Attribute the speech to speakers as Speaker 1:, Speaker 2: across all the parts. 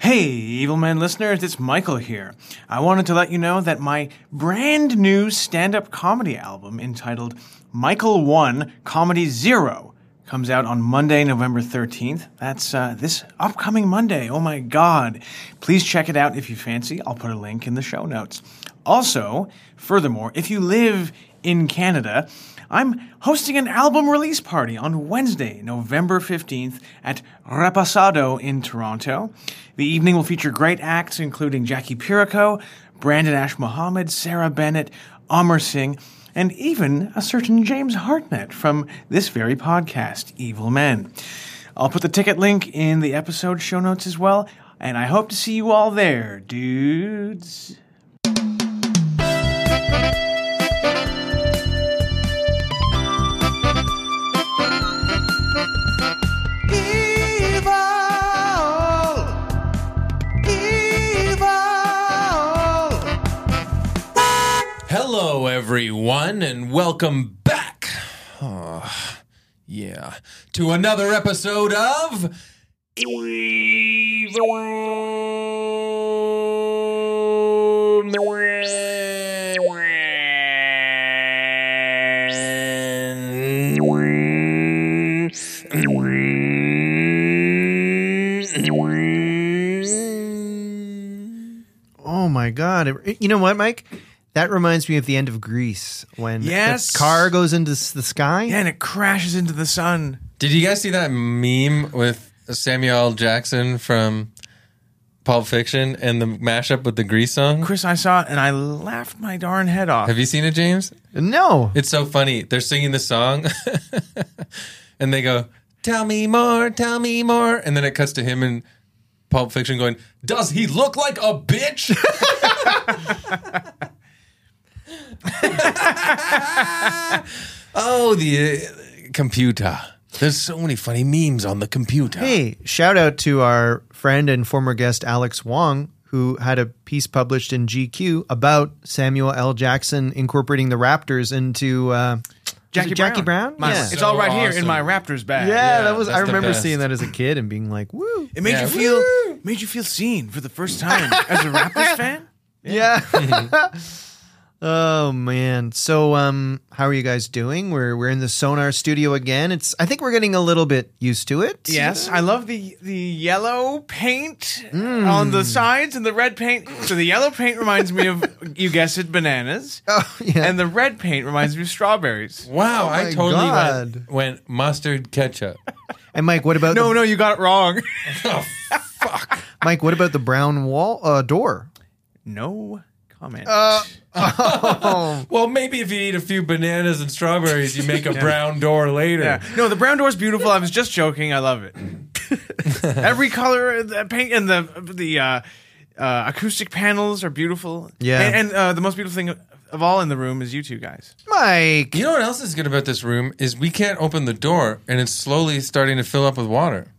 Speaker 1: Hey, Evil Man listeners, it's Michael here. I wanted to let you know that my brand new stand up comedy album entitled Michael 1 Comedy 0 comes out on Monday, November 13th. That's uh, this upcoming Monday. Oh my God. Please check it out if you fancy. I'll put a link in the show notes. Also, furthermore, if you live in Canada, I'm hosting an album release party on Wednesday, November 15th at Repasado in Toronto. The evening will feature great acts including Jackie Pirico, Brandon Ash Mohammed, Sarah Bennett, Amr Singh, and even a certain James Hartnett from this very podcast, Evil Men. I'll put the ticket link in the episode show notes as well, and I hope to see you all there, dudes.
Speaker 2: Evil! Evil!
Speaker 3: Hello, everyone, and welcome back. Oh, yeah, to another episode of Evil Men.
Speaker 4: Oh my god! It- You know what, Mike? That reminds me of the end of Greece when
Speaker 1: Yes.
Speaker 4: the car goes into s- the sky.
Speaker 1: Yeah, and it crashes into the sun.
Speaker 3: Did you guys see that meme with Samuel L. Jackson from Pulp Fiction and the mashup with the Grease song?
Speaker 1: Chris, I saw it and I laughed my darn head off.
Speaker 3: Have you seen it, James?
Speaker 4: No,
Speaker 3: It's so funny. They're singing the song and they go, Tell me more, tell me more. And then it cuts to him in Pulp Fiction going, Does he look like a bitch? oh, the uh, computer. There's so many funny memes on the computer.
Speaker 4: Hey, shout out to our friend and former guest Alex Wong, who had a piece published in GQ about Samuel L. Jackson incorporating the Raptors into uh, was it Jackie Brown.
Speaker 1: My-
Speaker 4: yeah.
Speaker 1: It's all right here in
Speaker 3: awesome.
Speaker 1: my Raptors bag.
Speaker 4: yeah, that was.
Speaker 3: that's
Speaker 4: I
Speaker 3: the
Speaker 4: remember
Speaker 3: best.
Speaker 4: seeing that as a kid and being like, "Woo!"
Speaker 1: It made
Speaker 3: Yeah.
Speaker 1: you feel made you feel seen for the first time as a Raptors fan.
Speaker 4: Yeah. oh man. So um how are you guys doing? We're we're in the Sonar studio again. It's I think we're getting a little bit used to it.
Speaker 1: Yes, I love the the yellow paint
Speaker 4: Mm.
Speaker 1: on the sides and the red paint. So the yellow paint reminds me of you guessed it, bananas,
Speaker 4: Oh, yeah.
Speaker 1: and the red paint reminds me of strawberries.
Speaker 3: Wow, I
Speaker 4: Oh my
Speaker 3: totally
Speaker 4: God.
Speaker 3: went, went mustard ketchup.
Speaker 4: and Mike, what about
Speaker 1: No,
Speaker 4: the,
Speaker 1: no, you got it wrong.
Speaker 4: Mike, what about the brown wall uh door?
Speaker 1: no comment.
Speaker 4: Uh,
Speaker 1: Oh.
Speaker 3: well, maybe if you eat a few bananas and strawberries, you make a brown door later.
Speaker 1: Yeah. No, the brown door's beautiful. I was just joking. I love it. Every color, the paint, and the the uh, uh, acoustic panels are beautiful.
Speaker 4: Yeah.
Speaker 1: and, and uh, the most beautiful thing of all in the room is you two guys.
Speaker 4: Mike.
Speaker 3: You know what else is good about this room is we can't open the door and it's slowly starting to fill up with water.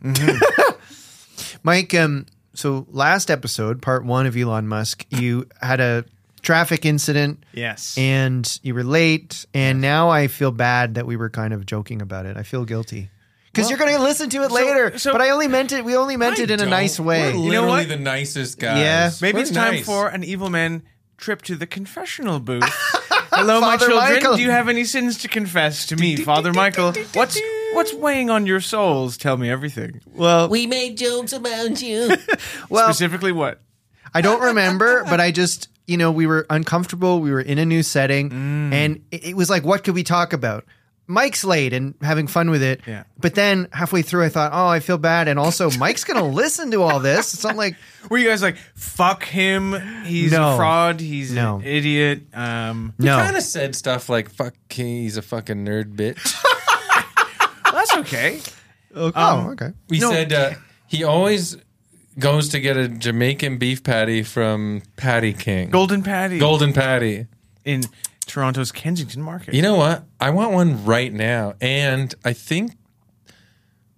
Speaker 4: Mike, um so last episode, part 1 of Elon Musk, you had a traffic incident
Speaker 1: Yes,
Speaker 4: and you were late and now I feel bad that we were kind of joking about it. I feel guilty. Cuz you're going to listen to it later,
Speaker 1: so-
Speaker 4: but I only meant it we only meant it in a
Speaker 3: Don't-
Speaker 4: nice way.
Speaker 3: We're
Speaker 1: You know
Speaker 3: literally
Speaker 1: what?
Speaker 3: the nicest guys.
Speaker 4: Yeah.
Speaker 1: maybe
Speaker 3: We're
Speaker 1: it's time
Speaker 3: nice.
Speaker 1: for an evil man trip to the confessional booth. Hello, my
Speaker 4: Father
Speaker 1: children.
Speaker 4: Michael.
Speaker 1: Do you have any sins to confess to me, Father Michael? What's what's weighing on your souls? Tell me everything.
Speaker 4: Well,
Speaker 5: We made jokes about you.
Speaker 4: well,
Speaker 1: Specifically, what?
Speaker 4: I don't remember, but I just, you know, we were uncomfortable. We were in a new setting, and it, it was like, what could we talk about? Mike's late and having fun with it.
Speaker 1: Yeah.
Speaker 4: But then halfway through, I thought, oh, I feel bad. And also, Mike's going to listen to all this. So I'm like,
Speaker 1: Were you guys like, fuck him? He's a
Speaker 4: No.
Speaker 1: fraud. He's
Speaker 4: No.
Speaker 1: an idiot. Um,
Speaker 4: no.
Speaker 3: Kind of said stuff like "fuck," he's a fucking nerd bitch.
Speaker 1: that's okay.
Speaker 4: okay. oh, okay.
Speaker 3: We
Speaker 1: No.
Speaker 3: said uh, he always goes to get a Jamaican beef patty from Patty King,
Speaker 1: Golden Patty
Speaker 3: Golden Patty.
Speaker 1: in Toronto's Kensington Market.
Speaker 3: You know what? I want one right now, and I think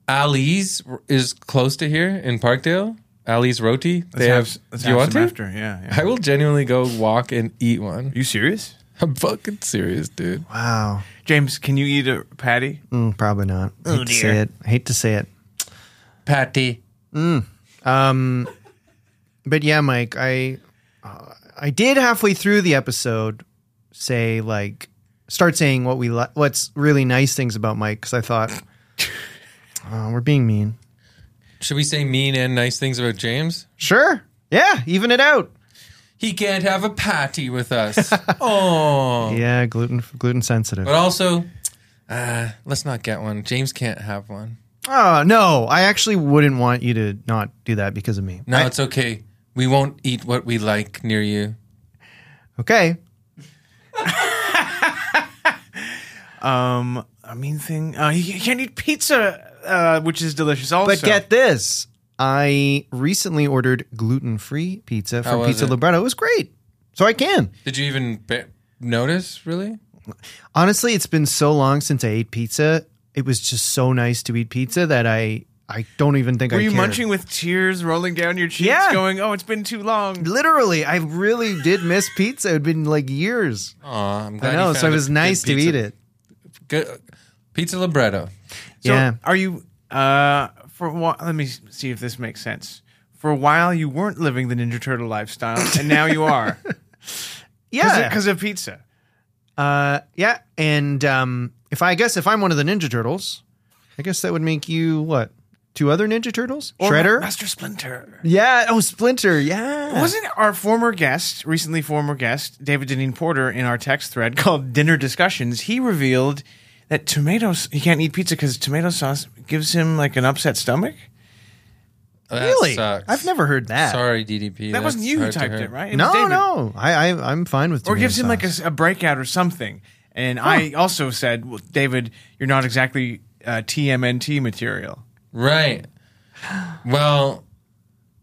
Speaker 3: Ali's is close to here in Parkdale. Ali's Roti.
Speaker 1: Let's
Speaker 3: They have.
Speaker 1: s- let's
Speaker 3: do you want
Speaker 1: some
Speaker 3: to?
Speaker 1: After. Yeah, yeah.
Speaker 3: I will genuinely go walk and eat one.
Speaker 1: you serious?
Speaker 3: I'm fucking serious, dude.
Speaker 4: Wow.
Speaker 1: James, can you eat a patty?
Speaker 4: Mm, probably not. I hate to
Speaker 1: dear.
Speaker 4: say it. I hate to say it.
Speaker 3: Patty.
Speaker 4: but yeah, Mike, I uh, I did halfway through the episode say like start saying what we li- what's really nice things about Mike because I thought "Oh, we're being mean.
Speaker 3: Should we say mean and nice things about James?
Speaker 4: Sure, yeah, even it out.
Speaker 3: He can't have a patty with us.
Speaker 4: Yeah, gluten gluten sensitive.
Speaker 3: but also, uh, let's not get one. James can't have one.
Speaker 4: Oh no, I actually wouldn't want you to not do that because of me.
Speaker 3: No,
Speaker 4: I-
Speaker 3: it's okay. We won't eat what we like near you.
Speaker 4: okay.
Speaker 1: Um, a mean thing. Uh, he he can't eat pizza, uh, which is delicious. Also,
Speaker 4: But get this. I recently ordered gluten free pizza
Speaker 3: How
Speaker 4: from
Speaker 3: was
Speaker 4: Pizza
Speaker 3: it?
Speaker 4: Libretto. It was great. So I can.
Speaker 3: Did you even be- notice, really?
Speaker 4: Honestly, it's been so long since I ate pizza. It was just so nice to eat pizza that I I don't even think
Speaker 1: were
Speaker 4: I
Speaker 1: you
Speaker 4: cared.
Speaker 1: munching with tears rolling down your cheeks,
Speaker 4: Yeah.
Speaker 1: going, "Oh, it's been too long."
Speaker 4: Literally, I really did miss pizza. It'd been like years.
Speaker 3: Aw, I'm glad
Speaker 4: I
Speaker 3: you
Speaker 4: know,
Speaker 3: found
Speaker 4: so it
Speaker 3: a
Speaker 4: was
Speaker 3: good
Speaker 4: nice to
Speaker 3: pizza-
Speaker 4: eat it.
Speaker 3: Good uh, pizza libretto.
Speaker 1: So
Speaker 4: yeah.
Speaker 1: Are you uh for a while, let me s- see if this makes sense. For a while you weren't living the Ninja Turtle lifestyle and now you are.
Speaker 4: Yeah.
Speaker 1: Cuz of, pizza.
Speaker 4: Uh, yeah. And um, if I, I guess if I'm one of the Ninja Turtles, I guess that would make you what? Two other Ninja Turtles?
Speaker 1: Or
Speaker 4: Shredder?
Speaker 1: Master Splinter.
Speaker 4: yeah. Oh, Splinter. Yeah.
Speaker 1: Wasn't our former guest, recently former guest, David Deneen Porter in our text thread called Dinner Discussions, he revealed that tomatoes he can't eat pizza cuz tomato sauce gives him like an upset stomach.
Speaker 3: That
Speaker 4: Really?
Speaker 3: sucks.
Speaker 4: I've never heard that.
Speaker 3: Sorry, DDP.
Speaker 1: That
Speaker 3: that's
Speaker 1: wasn't you who
Speaker 3: hard to
Speaker 1: typed
Speaker 3: hear.
Speaker 1: it, right? It was
Speaker 4: No,
Speaker 1: David.
Speaker 4: no. I, I I'm fine with
Speaker 1: or
Speaker 4: tomato
Speaker 1: gives him like a,
Speaker 4: sauce.
Speaker 1: s- a breakout or something. And I also said, well, David, you're not exactly uh, TMNT material.
Speaker 3: Right. Well,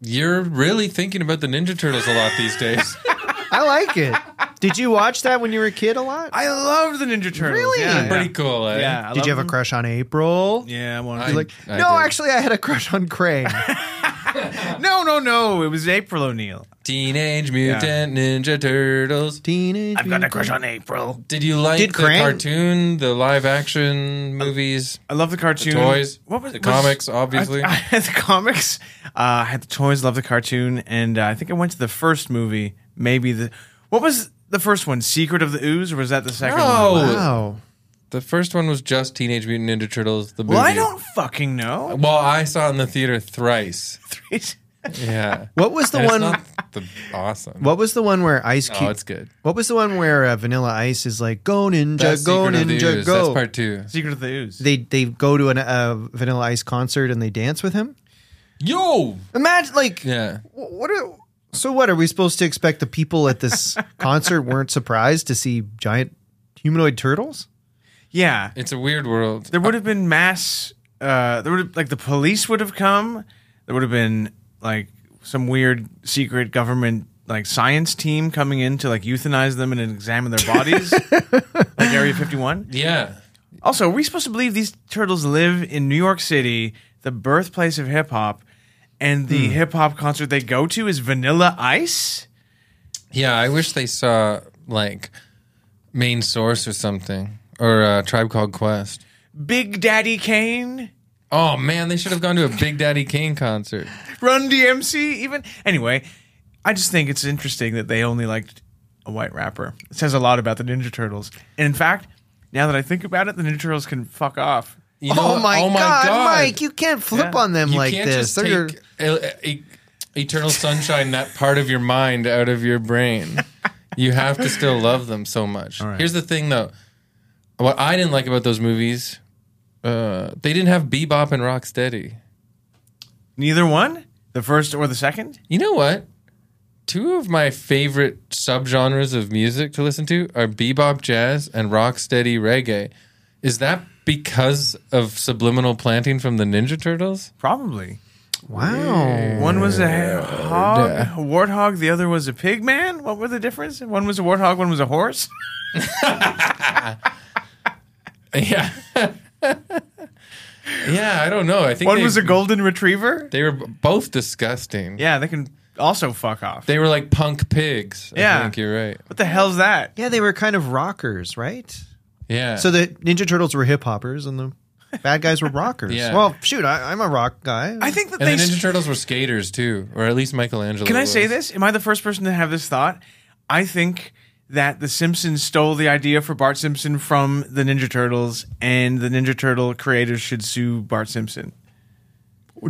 Speaker 3: you're really thinking about the Ninja Turtles a lot these days.
Speaker 4: I like it. Did you watch that when you were a kid a lot?
Speaker 1: I love the Ninja Turtles.
Speaker 4: Really?
Speaker 1: Yeah, yeah.
Speaker 3: Pretty cool, eh?
Speaker 1: Yeah, I
Speaker 4: Did you
Speaker 1: love
Speaker 4: have a
Speaker 1: them.
Speaker 4: crush on April?
Speaker 1: Yeah, I wanted
Speaker 3: I-
Speaker 1: to.
Speaker 4: Like, no,
Speaker 3: I did.
Speaker 4: actually, I had a crush on Crane.
Speaker 1: no, no, no. It was April O'Neil.
Speaker 3: Teenage Mutant Ninja Turtles.
Speaker 4: Teenage.
Speaker 1: I've got a crush on April.
Speaker 3: Did you like
Speaker 4: Did
Speaker 3: the
Speaker 4: Cran-
Speaker 3: cartoon, the live action
Speaker 1: Um,
Speaker 3: movies?
Speaker 1: I love the cartoon.
Speaker 3: toys, the comics, obviously.
Speaker 1: I, I had the comics. Uh, I had the toys. Love the cartoon, and uh, I think I went to the first movie. Maybe the what was the first one? Secret of the Ooze, or was that the second
Speaker 3: No.
Speaker 1: one?
Speaker 4: Wow.
Speaker 3: The first one was just Teenage Mutant Ninja Turtles. The movie.
Speaker 1: Well, I don't fucking know.
Speaker 3: Well, I saw it in the theater thrice. Yeah.
Speaker 4: What was the
Speaker 3: And it's
Speaker 4: one?
Speaker 3: not the awesome.
Speaker 4: What was the one where Ice
Speaker 3: oh,
Speaker 4: Cube?
Speaker 3: it's good.
Speaker 4: what was the one where uh, Vanilla Ice is like, "Go ninja,
Speaker 3: That's
Speaker 4: go
Speaker 3: Secret of the
Speaker 4: ninja,
Speaker 3: Ooze.
Speaker 4: go."
Speaker 3: That's part two.
Speaker 1: Secret of the Ooze.
Speaker 4: they they go to a uh, Vanilla Ice concert and they dance with him.
Speaker 3: Yo.
Speaker 4: Imagine like
Speaker 3: Yeah.
Speaker 4: Wh- What are so? What are we supposed to expect? The people at this concert weren't surprised to see giant humanoid turtles.
Speaker 1: yeah,
Speaker 3: It's a weird world.
Speaker 1: there would have been mass. Uh, there would have, like the police would have come. There would have been like some weird secret government like science team coming in to like euthanize them and examine their bodies, like Area Fifty One.
Speaker 3: Yeah.
Speaker 1: Also, are we supposed to believe these turtles live in New York City, the birthplace of hip hop, and the hip hop concert they go to is Vanilla Ice?
Speaker 3: Yeah. I wish they saw like Main Source or something or uh, Tribe Called Quest.
Speaker 1: Big Daddy Kane?
Speaker 3: Oh man, they should have gone to a Big Daddy Kane concert.
Speaker 1: Run DMC, even. Anyway, I just think it's interesting that they only liked a white rapper. It says a lot about the Ninja Turtles. And in fact, now that I think about it, the Ninja Turtles can fuck off.
Speaker 3: You know-
Speaker 4: oh my, god, Mike! You can't flip
Speaker 1: Yeah.
Speaker 4: on them
Speaker 3: You
Speaker 4: like
Speaker 3: can't
Speaker 4: this.
Speaker 3: just
Speaker 4: They're your-
Speaker 3: take e- e- Eternal Sunshine, that part of your mind, out of your brain. You have to still love them so much. Here's the thing, though. What I didn't like about those movies, uh, they didn't have bebop and rocksteady.
Speaker 1: Neither one? The first or the second?
Speaker 3: You know what? Two of my favorite subgenres of music to listen to are bebop jazz and rocksteady reggae. Is that because of subliminal planting from the Ninja Turtles?
Speaker 1: Probably.
Speaker 4: wow.
Speaker 1: One was a ha- hog, a warthog, the other was a pig man. What were the difference? One was a warthog, one was a horse?
Speaker 3: Yeah. yeah, I don't know. I think
Speaker 1: One
Speaker 3: they,
Speaker 1: was a golden retriever?
Speaker 3: they were b- both disgusting.
Speaker 1: Yeah, they can also fuck off.
Speaker 3: They were like punk pigs. I
Speaker 1: Yeah.
Speaker 3: think you're right.
Speaker 1: What the hell's that?
Speaker 4: Yeah, they were kind of rockers, right?
Speaker 3: Yeah.
Speaker 4: So the Ninja Turtles were hip hoppers, and the Bad guys were rockers.
Speaker 3: Yeah.
Speaker 4: Well, shoot, I, I'm a rock guy.
Speaker 1: I think that
Speaker 3: And
Speaker 1: they.
Speaker 3: the Ninja Turtles were skaters too, or at least Michelangelo.
Speaker 1: Can I
Speaker 3: was.
Speaker 1: say this? Am I the first person to have this thought? I think that the Simpsons stole the idea for Bart Simpson from the Ninja Turtles, and the Ninja Turtle creators should sue Bart Simpson.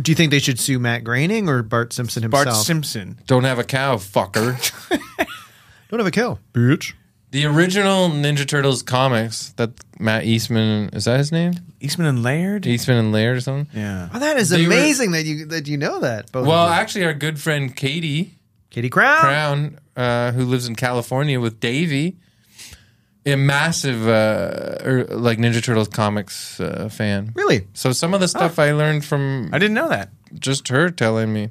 Speaker 4: Do you think they should sue Matt Groening or Bart Simpson himself?
Speaker 1: Bart Simpson.
Speaker 3: Don't have a cow, fucker.
Speaker 4: Don't have a kill, bitch.
Speaker 3: the original Ninja Turtles comics that Matt Eastman is that his name?
Speaker 1: Eastman and Laird?
Speaker 3: Eastman and Laird or something.
Speaker 1: Yeah.
Speaker 4: Oh, that is
Speaker 3: They were-
Speaker 4: amazing that you that you know that. Both
Speaker 3: Well,
Speaker 4: of you.
Speaker 3: actually, our good friend Katie
Speaker 4: Katie Crown.
Speaker 3: Brown, uh, who lives in California with Davey, a massive uh, or, like Ninja Turtles comics uh, fan.
Speaker 4: Really?
Speaker 3: So some of the stuff I learned from
Speaker 1: I didn't know that.
Speaker 3: just her telling me.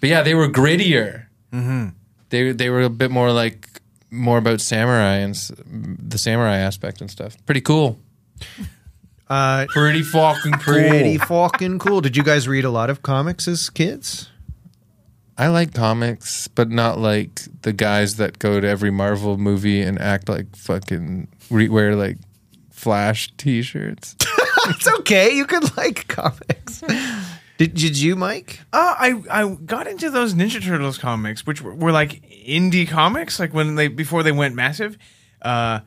Speaker 3: But yeah, they were grittier. Mm-hmm. They they were a bit more like more about samurai and s- the samurai aspect and stuff. Pretty cool.
Speaker 4: Uh,
Speaker 3: Pretty fucking cool.
Speaker 4: pretty fucking cool. Did you guys read a lot of comics as kids?
Speaker 3: I like comics, but not like the guys that go to every Marvel movie and act like fucking re- wear like Flash T-shirts.
Speaker 4: It's okay. You could like comics. Did, did you, Mike?
Speaker 1: Uh, I I got into those Ninja Turtles comics, which were, were like indie comics, like when they before they went massive. Uh,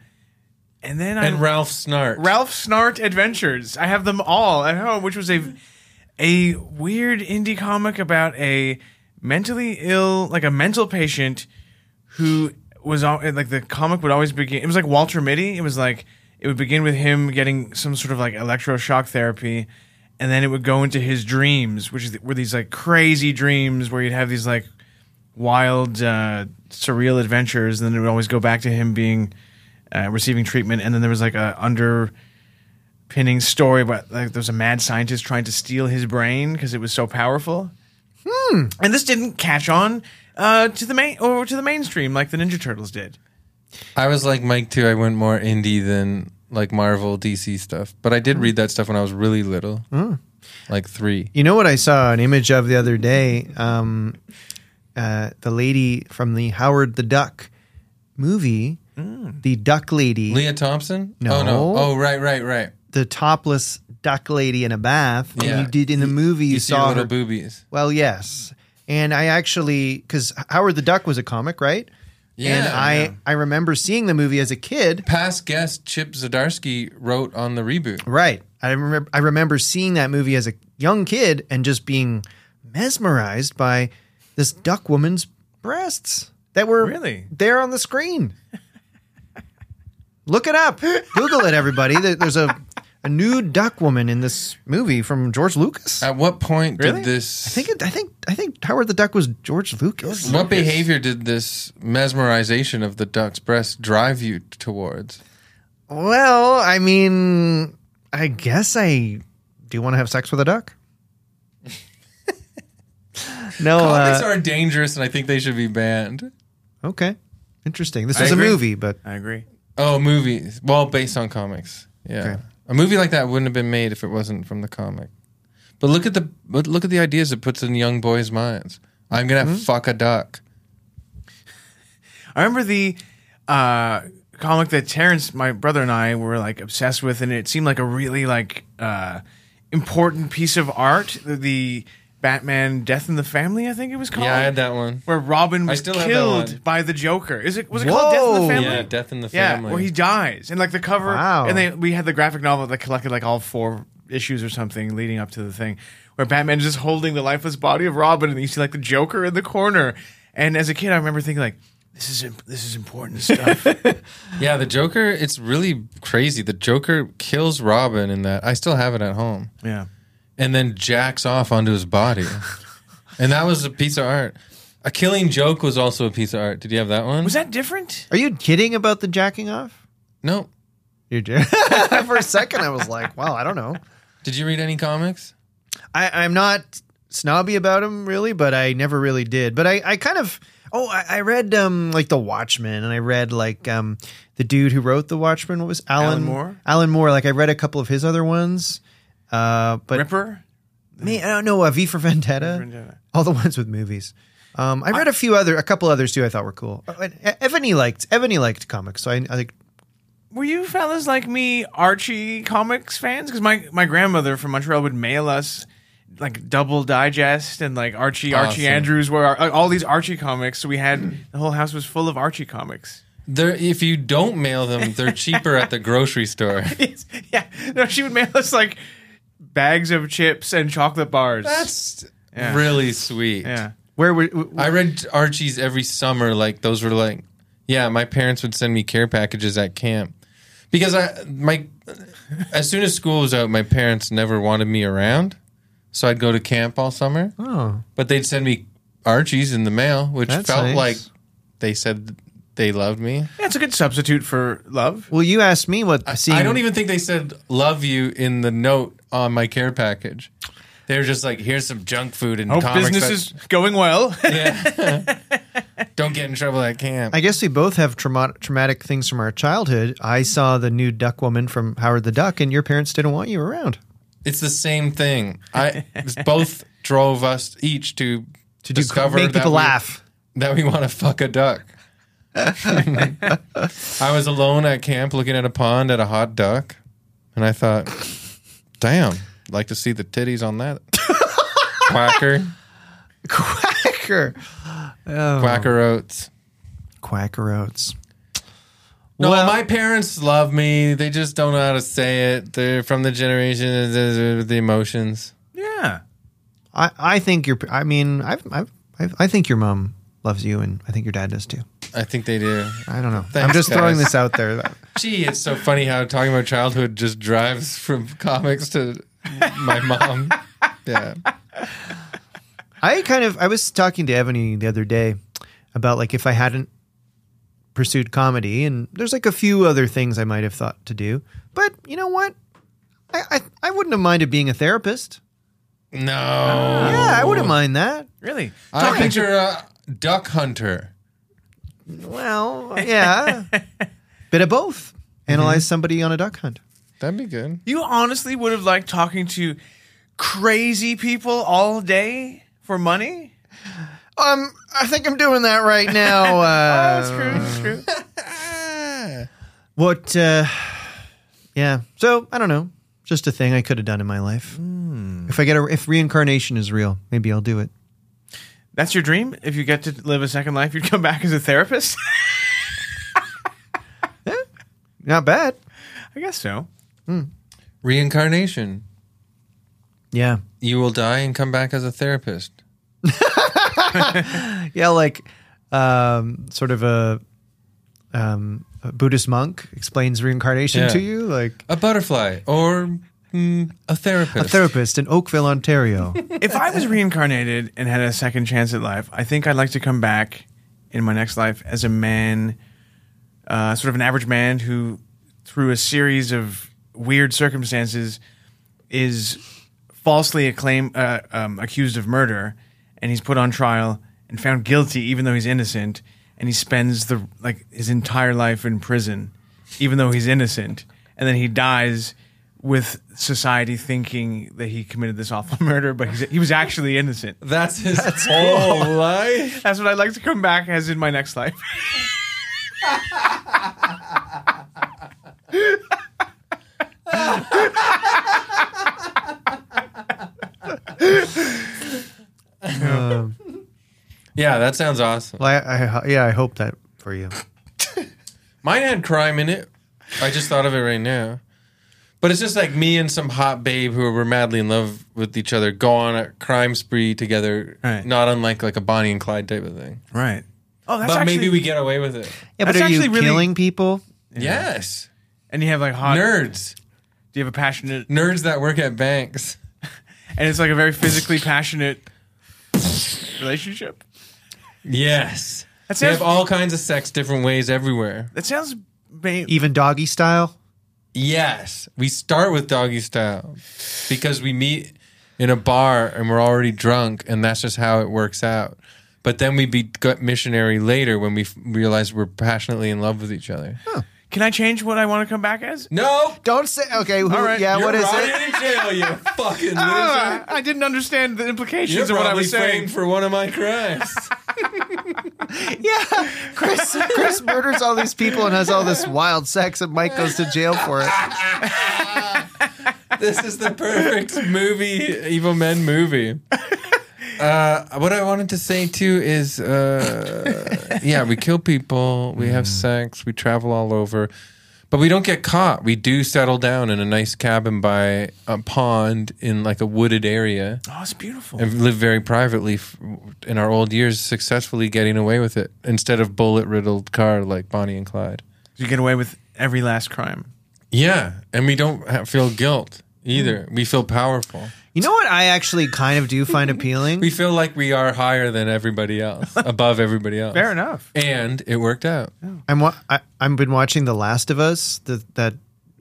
Speaker 1: and then I
Speaker 3: and Ralph Snart.
Speaker 1: Ralph Snart Adventures. I have them all at home, which was a a weird indie comic about a mentally ill, like a mental patient who was al- like the comic would always begin. It was like Walter Mitty. It was like it would begin with him getting some sort of like electroshock therapy, and then it would go into his dreams, which is- were these like crazy dreams where you'd have these like wild, uh, surreal adventures, and then it would always go back to him being uh, receiving treatment, and then there was like a underpinning story about like there's a mad scientist trying to steal his brain because it was so powerful. Hmm. And this didn't catch on uh, to the main or to the mainstream like the Ninja Turtles did.
Speaker 3: I was like Mike too. I went more indie than like Marvel, DC stuff. But I did read that stuff when I was really little,
Speaker 4: Mm.
Speaker 3: like three.
Speaker 4: You know what I saw an image of the other day? Um, uh, the lady from the Howard the Duck movie,
Speaker 3: Mm.
Speaker 4: the Duck Lady,
Speaker 3: Leah Thompson?
Speaker 4: No.
Speaker 3: Oh, no. Oh, right, right, right.
Speaker 4: the topless Duck Lady in a bath. And
Speaker 3: Yeah.
Speaker 4: you did in the movie, you,
Speaker 3: You, see her
Speaker 4: saw
Speaker 3: little
Speaker 4: her.
Speaker 3: boobies.
Speaker 4: well, yes. And I actually, because Howard the Duck was a comic, right?
Speaker 3: Yeah.
Speaker 4: and I,
Speaker 3: yeah.
Speaker 4: I remember seeing the movie as a kid.
Speaker 3: Past guest Chip Zdarsky wrote on the reboot.
Speaker 4: Right. I remember I remember seeing that movie as a young kid and just being mesmerized by this duck woman's breasts that were
Speaker 1: Really?
Speaker 4: there on the screen. Look it up. Google it, everybody. There- There's a a nude duck woman in this movie from George Lucas. I
Speaker 3: At what point
Speaker 1: Really?
Speaker 3: did this.
Speaker 4: think it, I think I think Howard the Duck was George Lucas.
Speaker 3: what behavior did this mesmerization of the duck's breast drive you towards?
Speaker 4: Well, I mean, I guess I do want to have sex with a duck. no, uh,
Speaker 3: Comics are dangerous, and I think they should be banned.
Speaker 4: Okay. Interesting. This
Speaker 3: I
Speaker 4: is a
Speaker 3: agree.
Speaker 4: movie, but
Speaker 1: I agree.
Speaker 3: Oh, movies. Well, based on comics. Yeah.
Speaker 4: Okay.
Speaker 3: A movie like that wouldn't have been made if it wasn't from the comic. But look at the but look at the ideas it puts in young boys' minds. I'm gonna fuck a duck.
Speaker 1: I remember the uh, comic that Terrence, my brother and I were like obsessed with, and it seemed like a really like uh, important piece of art. The, the Batman Death in the Family, I think it was called.
Speaker 3: Yeah, I had that one.
Speaker 1: Where Robin was
Speaker 3: still have that one.
Speaker 1: killed by the Joker. Is it was it called Death in
Speaker 4: Whoa.
Speaker 1: the Family?
Speaker 3: Yeah, Death in the
Speaker 1: Yeah,
Speaker 3: Family.
Speaker 1: where he dies, and like the cover,
Speaker 4: Wow.
Speaker 1: and they we had the graphic novel that collected like all four issues or something leading up to the thing, where Batman is just holding the lifeless body of Robin, and you see like the Joker in the corner. And as a kid, I remember thinking like, this is imp- this is important stuff.
Speaker 3: yeah, the Joker. It's really crazy. The Joker kills Robin in that. I still have it at home.
Speaker 1: yeah,
Speaker 3: and then jacks off onto his body. and that was a piece of art. A killing joke was also a piece of art. Did you have that one?
Speaker 1: was that different?
Speaker 4: are you kidding about the jacking off?
Speaker 3: no.
Speaker 4: You're j- For a second, I was like, wow, I don't know.
Speaker 3: Did you read any comics?
Speaker 4: I, I'm not snobby about him really, but I never really did. But I, I kind of, oh, I, I read um like The Watchmen, and I read like um the dude who wrote The Watchmen. What was Alan,
Speaker 1: Alan Moore?
Speaker 4: Alan Moore. Like I read a couple of his other ones. Uh, but
Speaker 1: Ripper.
Speaker 4: me, I don't know. Uh, v for Vendetta.
Speaker 1: Vendetta.
Speaker 4: All the ones with movies. Um, I read a few other, a couple others too. I thought were cool. Uh, and E- Ebony liked Ebony liked comics, so I, I think
Speaker 1: were you fellas like me Archie comics fans? Because my, my grandmother from Montreal would mail us like double digest and like Archie Archie
Speaker 3: Awesome.
Speaker 1: Andrews were like, all these Archie comics. So we had the whole house was full of Archie comics.
Speaker 3: They're, if you don't mail them, they're cheaper at the grocery store.
Speaker 1: yeah, no, she would mail us like bags of chips and chocolate bars.
Speaker 3: That's really sweet.
Speaker 1: yeah.
Speaker 4: Where were, w-
Speaker 3: I read Archie's every summer. Like those were like, yeah, my parents would send me care packages at camp because I my as soon as school was out, my parents never wanted me around, so I'd go to camp all summer.
Speaker 4: oh,
Speaker 3: But they'd send me Archie's in the mail, which
Speaker 4: That's
Speaker 3: felt
Speaker 4: nice.
Speaker 3: like they said they loved me.
Speaker 1: yeah, it's a good substitute for love.
Speaker 4: well, you asked me what seeing.
Speaker 3: I don't even think they said love you in the note on my care package. They were just like, here's some junk food and
Speaker 4: Oh,
Speaker 1: Hope
Speaker 3: comics
Speaker 1: business
Speaker 3: that-
Speaker 1: is going well.
Speaker 3: don't get in trouble at camp.
Speaker 4: I guess we both have trauma- traumatic things from our childhood. I saw the new Duck Woman from Howard the Duck, and your parents didn't want you around.
Speaker 3: It's the same thing. I both drove us each to to
Speaker 4: do-
Speaker 3: discover
Speaker 4: make
Speaker 3: that
Speaker 4: people
Speaker 3: we-
Speaker 4: laugh.
Speaker 3: that we want to fuck a duck. I was alone at camp looking at a pond at a hot duck, and I thought, "Damn, I'd like to see the titties on that quacker,
Speaker 4: Quacker, Oh.
Speaker 3: quacker oats."
Speaker 4: Quacker Oats.
Speaker 3: No,
Speaker 4: Well-
Speaker 3: my parents love me. They just don't know how to say it. They're from the generation of the the emotions.
Speaker 1: yeah.
Speaker 4: I, I think your. I mean, I've, I've, I've, I think your mom loves you, and I think your dad does too.
Speaker 3: I think they do.
Speaker 4: I don't know. I'm
Speaker 3: Thanks,
Speaker 4: just throwing
Speaker 3: guys.
Speaker 4: this out there.
Speaker 3: Gee, it's so funny how talking about childhood just drives from comics to my mom. Yeah.
Speaker 4: I kind of I was talking to Ebony the other day about like if I hadn't pursued comedy, and there's like a few other things I might have thought to do, but you know what? I I, I wouldn't have minded being a therapist.
Speaker 3: No.
Speaker 4: Yeah, I wouldn't mind that.
Speaker 1: Really?
Speaker 3: I picture a duck hunter.
Speaker 4: Well, yeah, bit of both. Analyze somebody on a duck hunt.
Speaker 3: That'd be good.
Speaker 1: You honestly would have liked talking to crazy people all day for money?
Speaker 4: Um, I think I'm doing that right now. Uh,
Speaker 1: That's true. That's true.
Speaker 4: What? Uh, yeah. So I don't know. Just a thing I could have done in my life. If I get a, if reincarnation is real, maybe I'll do it.
Speaker 1: That's your dream? If you get to live a second life, you'd come back as a therapist?
Speaker 4: Not bad.
Speaker 1: I guess so.
Speaker 3: Reincarnation.
Speaker 4: Yeah.
Speaker 3: You will die and come back as a therapist.
Speaker 4: Yeah, like um, sort of a, um, a Buddhist monk explains reincarnation
Speaker 3: Yeah.
Speaker 4: to you, like
Speaker 3: A butterfly or mm, a therapist.
Speaker 4: a therapist in Oakville, Ontario.
Speaker 1: If I was reincarnated and had a second chance at life, I think I'd like to come back in my next life as a man, uh, sort of an average man who, through a series of weird circumstances, is falsely acclaim, uh, um, accused of murder, and he's put on trial and found guilty, even though he's innocent, and he spends the like his entire life in prison, even though he's innocent, and then he dies with society thinking that he committed this awful murder, but he's, he was actually innocent.
Speaker 3: That's his whole life.
Speaker 1: That's what I'd like to come back as in my next life.
Speaker 4: um,
Speaker 3: Yeah, that sounds awesome.
Speaker 4: well, I, I, yeah, I hope that for you.
Speaker 3: Mine had crime in it. I just thought of it right now. But it's just like me and some hot babe who were madly in love with each other go on a crime spree together,
Speaker 1: Right.
Speaker 3: not unlike like a Bonnie and Clyde type of thing.
Speaker 1: Right. Oh, that's
Speaker 3: but
Speaker 1: actually,
Speaker 3: maybe we get away with it.
Speaker 4: Yeah, but
Speaker 1: That's
Speaker 4: are you
Speaker 1: actually really-
Speaker 4: killing people?
Speaker 3: Yes.
Speaker 1: and you have like hot
Speaker 3: Nerds.
Speaker 1: Do you have a passionate?
Speaker 3: Nerds that work at banks.
Speaker 1: And it's like a very physically passionate relationship.
Speaker 3: Yes.
Speaker 1: That
Speaker 3: They
Speaker 1: sounds.
Speaker 3: have all kinds of sex different ways everywhere.
Speaker 1: that sounds. Ba-
Speaker 4: Even doggy style?
Speaker 3: Yes. We start with doggy style because we meet in a bar and we're already drunk, and that's just how it works out. But then we be gut missionary later when we f- realize we're passionately in love with each other.
Speaker 1: Can I change what I want to come back as?
Speaker 3: No,
Speaker 4: Don't say. Okay, who,
Speaker 1: All right,
Speaker 4: yeah.
Speaker 3: you're
Speaker 4: What is
Speaker 3: rotting
Speaker 4: it?
Speaker 3: in jail, you fucking loser.
Speaker 1: Ah, I didn't understand the
Speaker 3: you're
Speaker 1: implications of
Speaker 3: probably
Speaker 1: what I was
Speaker 3: framed
Speaker 1: saying.
Speaker 3: for one of my crimes.
Speaker 4: Yeah, Chris. Chris murders all these people and has all this wild sex, and Mike goes to jail for it.
Speaker 3: this is the perfect movie, evil men movie. Uh, what I wanted to say too is, uh, yeah, we kill people, we have sex, we travel all over, but we don't get caught. We do settle down in a nice cabin by a pond in like a wooded area
Speaker 1: Oh, it's beautiful.
Speaker 3: and live very privately f- in our old years, successfully getting away with it instead of bullet riddled car like Bonnie and Clyde.
Speaker 1: you get away with every last crime.
Speaker 3: Yeah, and we don't ha- feel guilt either. We feel powerful.
Speaker 4: You know what? I actually kind of do find appealing.
Speaker 3: We feel like we are higher than everybody else, above everybody else.
Speaker 1: Fair enough.
Speaker 3: And it worked out.
Speaker 4: I'm wa- I, I've been watching The Last of Us, the, that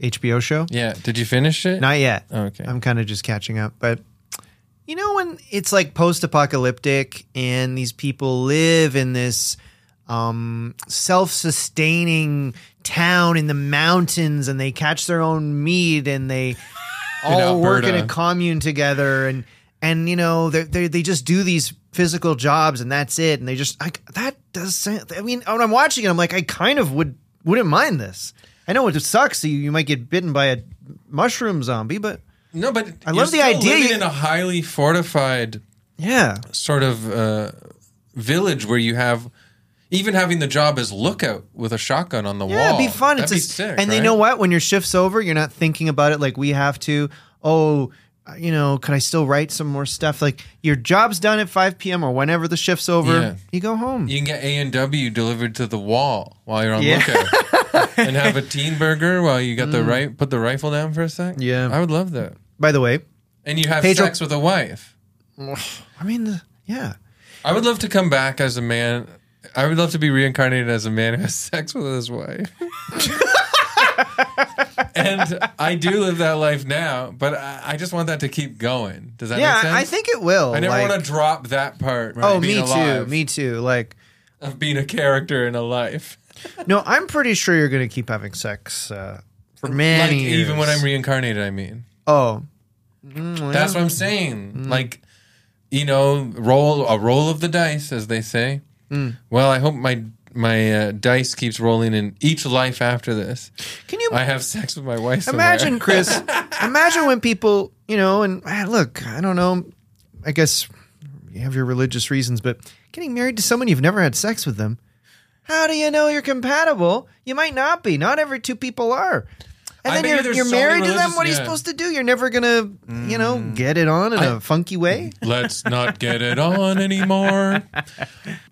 Speaker 4: HBO show.
Speaker 3: Yeah. Did you finish it?
Speaker 4: Not yet.
Speaker 3: Okay.
Speaker 4: I'm kind of just catching up, but you know when it's like post-apocalyptic and these people live in this um, self-sustaining town in the mountains and they catch their own meat and they all work in a
Speaker 3: Alberta.
Speaker 4: commune together and and you know they they they just do these physical jobs and that's it and they just like that does sound, I mean when I'm watching it I'm like I kind of would wouldn't mind this I know it sucks you you might get bitten by a mushroom zombie but
Speaker 3: no, but I
Speaker 4: love the idea
Speaker 3: Living
Speaker 4: you-
Speaker 3: in a highly fortified
Speaker 4: yeah
Speaker 3: sort of uh, village where you have. Even having the job as lookout with a shotgun on the wall,
Speaker 4: yeah it'd be fun
Speaker 3: That'd
Speaker 4: it's
Speaker 3: be
Speaker 4: just-
Speaker 3: sick,
Speaker 4: and you
Speaker 3: right?
Speaker 4: know what when your shift's over you're not thinking about it like we have to oh you know could I still write some more stuff like your job's done at 5 p.m. or whenever the shift's over
Speaker 3: Yeah.
Speaker 4: you go home
Speaker 3: You can get A and W delivered to the wall while you're on
Speaker 4: Yeah. Mm.
Speaker 3: lookout, and have a teen burger while you got the right. Put the rifle down for a sec.
Speaker 4: Yeah.
Speaker 3: I would love that.
Speaker 4: by the way
Speaker 3: And you have
Speaker 4: Pedro-
Speaker 3: sex with a wife.
Speaker 4: I mean the- yeah
Speaker 3: I would love to come back as a man. I would love to be reincarnated as a man who has sex with his wife. and I do live that life now, but I, I just want that to keep going. Does that
Speaker 4: yeah,
Speaker 3: make sense?
Speaker 4: I think it will.
Speaker 3: I never
Speaker 4: like-
Speaker 3: want to drop that part. of
Speaker 4: Oh,
Speaker 3: being
Speaker 4: me
Speaker 3: alive,
Speaker 4: too. Me too. Like,
Speaker 3: of being a character in a life.
Speaker 4: no, I'm pretty sure you're going to keep having sex uh, for many
Speaker 3: like
Speaker 4: years.
Speaker 3: even when I'm reincarnated, I mean.
Speaker 4: oh,
Speaker 3: That's what I'm saying.
Speaker 4: Mm.
Speaker 3: Like, you know, roll a roll of the dice, as they say.
Speaker 4: Mm.
Speaker 3: Well, I hope my my uh, dice keeps rolling in each life after this.
Speaker 4: can you
Speaker 3: I have sex with my wife. somewhere.
Speaker 4: imagine, Chris? imagine when people, you know, and ah, look, I don't know. I guess you have your religious reasons, but getting married to someone you've never had sex with them. How do you know you're compatible? You might not be. Not every two people are. And then
Speaker 3: I bet you
Speaker 4: you're,
Speaker 3: there's
Speaker 4: you're
Speaker 3: so many
Speaker 4: married to them.
Speaker 3: religious-
Speaker 4: What are you
Speaker 3: yeah. Mm.
Speaker 4: supposed to do? You're never gonna, you know, get it on in a funky way.
Speaker 3: Let's not get it on anymore.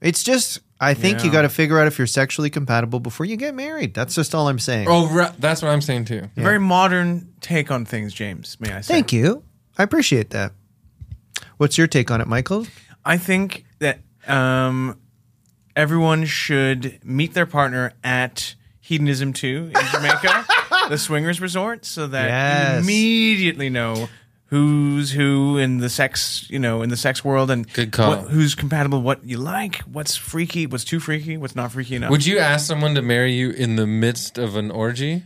Speaker 4: It's just I think you
Speaker 1: Yeah.
Speaker 4: got to figure out if you're sexually compatible before you get married. That's just all I'm saying.
Speaker 3: Oh, ra- that's what I'm saying too.
Speaker 1: A very modern take on things, James, may I say.
Speaker 4: Thank you. I appreciate that. What's your take on it, Michael?
Speaker 1: I think that um, everyone should meet their partner at Hedonism 2 in Jamaica, the swingers resort, so that
Speaker 4: Yes.
Speaker 1: you immediately know who's who in the sex, you know, in the sex world and
Speaker 3: Good call.
Speaker 1: what- who's compatible, what you like, what's freaky, what's too freaky, what's not freaky enough.
Speaker 3: Would you ask someone to marry you in the midst of an orgy?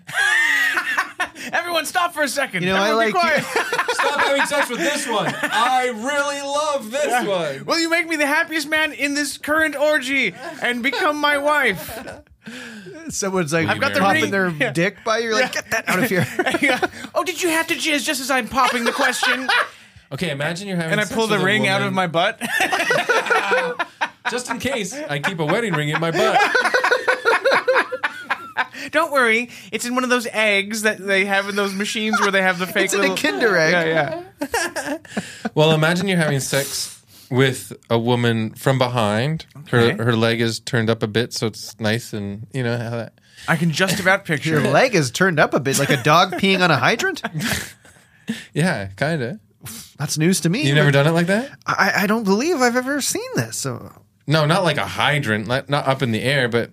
Speaker 1: everyone stop for a second.
Speaker 4: You know, I
Speaker 1: everyone be
Speaker 4: like-
Speaker 1: quiet.
Speaker 3: Stop having sex with this one. I really love this one.
Speaker 1: Will you make me the happiest man in this current orgy and become my wife?
Speaker 4: Someone's like, I've
Speaker 1: got the
Speaker 4: popping
Speaker 1: ring.
Speaker 4: their
Speaker 1: Yeah.
Speaker 4: dick by you. You're like, get that out of here.
Speaker 1: oh, did you have to jizz just as I'm popping the question?
Speaker 3: Okay, imagine you're having
Speaker 1: and I
Speaker 3: sex
Speaker 1: pull the
Speaker 3: with a
Speaker 1: ring out
Speaker 3: woman-
Speaker 1: of my butt.
Speaker 3: just in case I keep a wedding ring in my butt.
Speaker 1: Don't worry, it's in one of those eggs that they have in those machines where they have the fake
Speaker 4: it's in
Speaker 1: little.
Speaker 4: a Kinder egg.
Speaker 1: yeah, yeah.
Speaker 3: Well, imagine you're having sex with a woman from behind.
Speaker 1: Okay.
Speaker 3: Her her leg is turned up a bit, so it's nice and you know how that.
Speaker 1: I can just about picture
Speaker 4: Your
Speaker 1: it.
Speaker 4: leg is turned up a bit, like a dog peeing on a hydrant.
Speaker 3: Yeah, kind of.
Speaker 4: That's news to me.
Speaker 3: You never done it like that?
Speaker 4: I, I don't believe I've ever seen this. So
Speaker 3: No, not like a hydrant, like, not up in the air, but.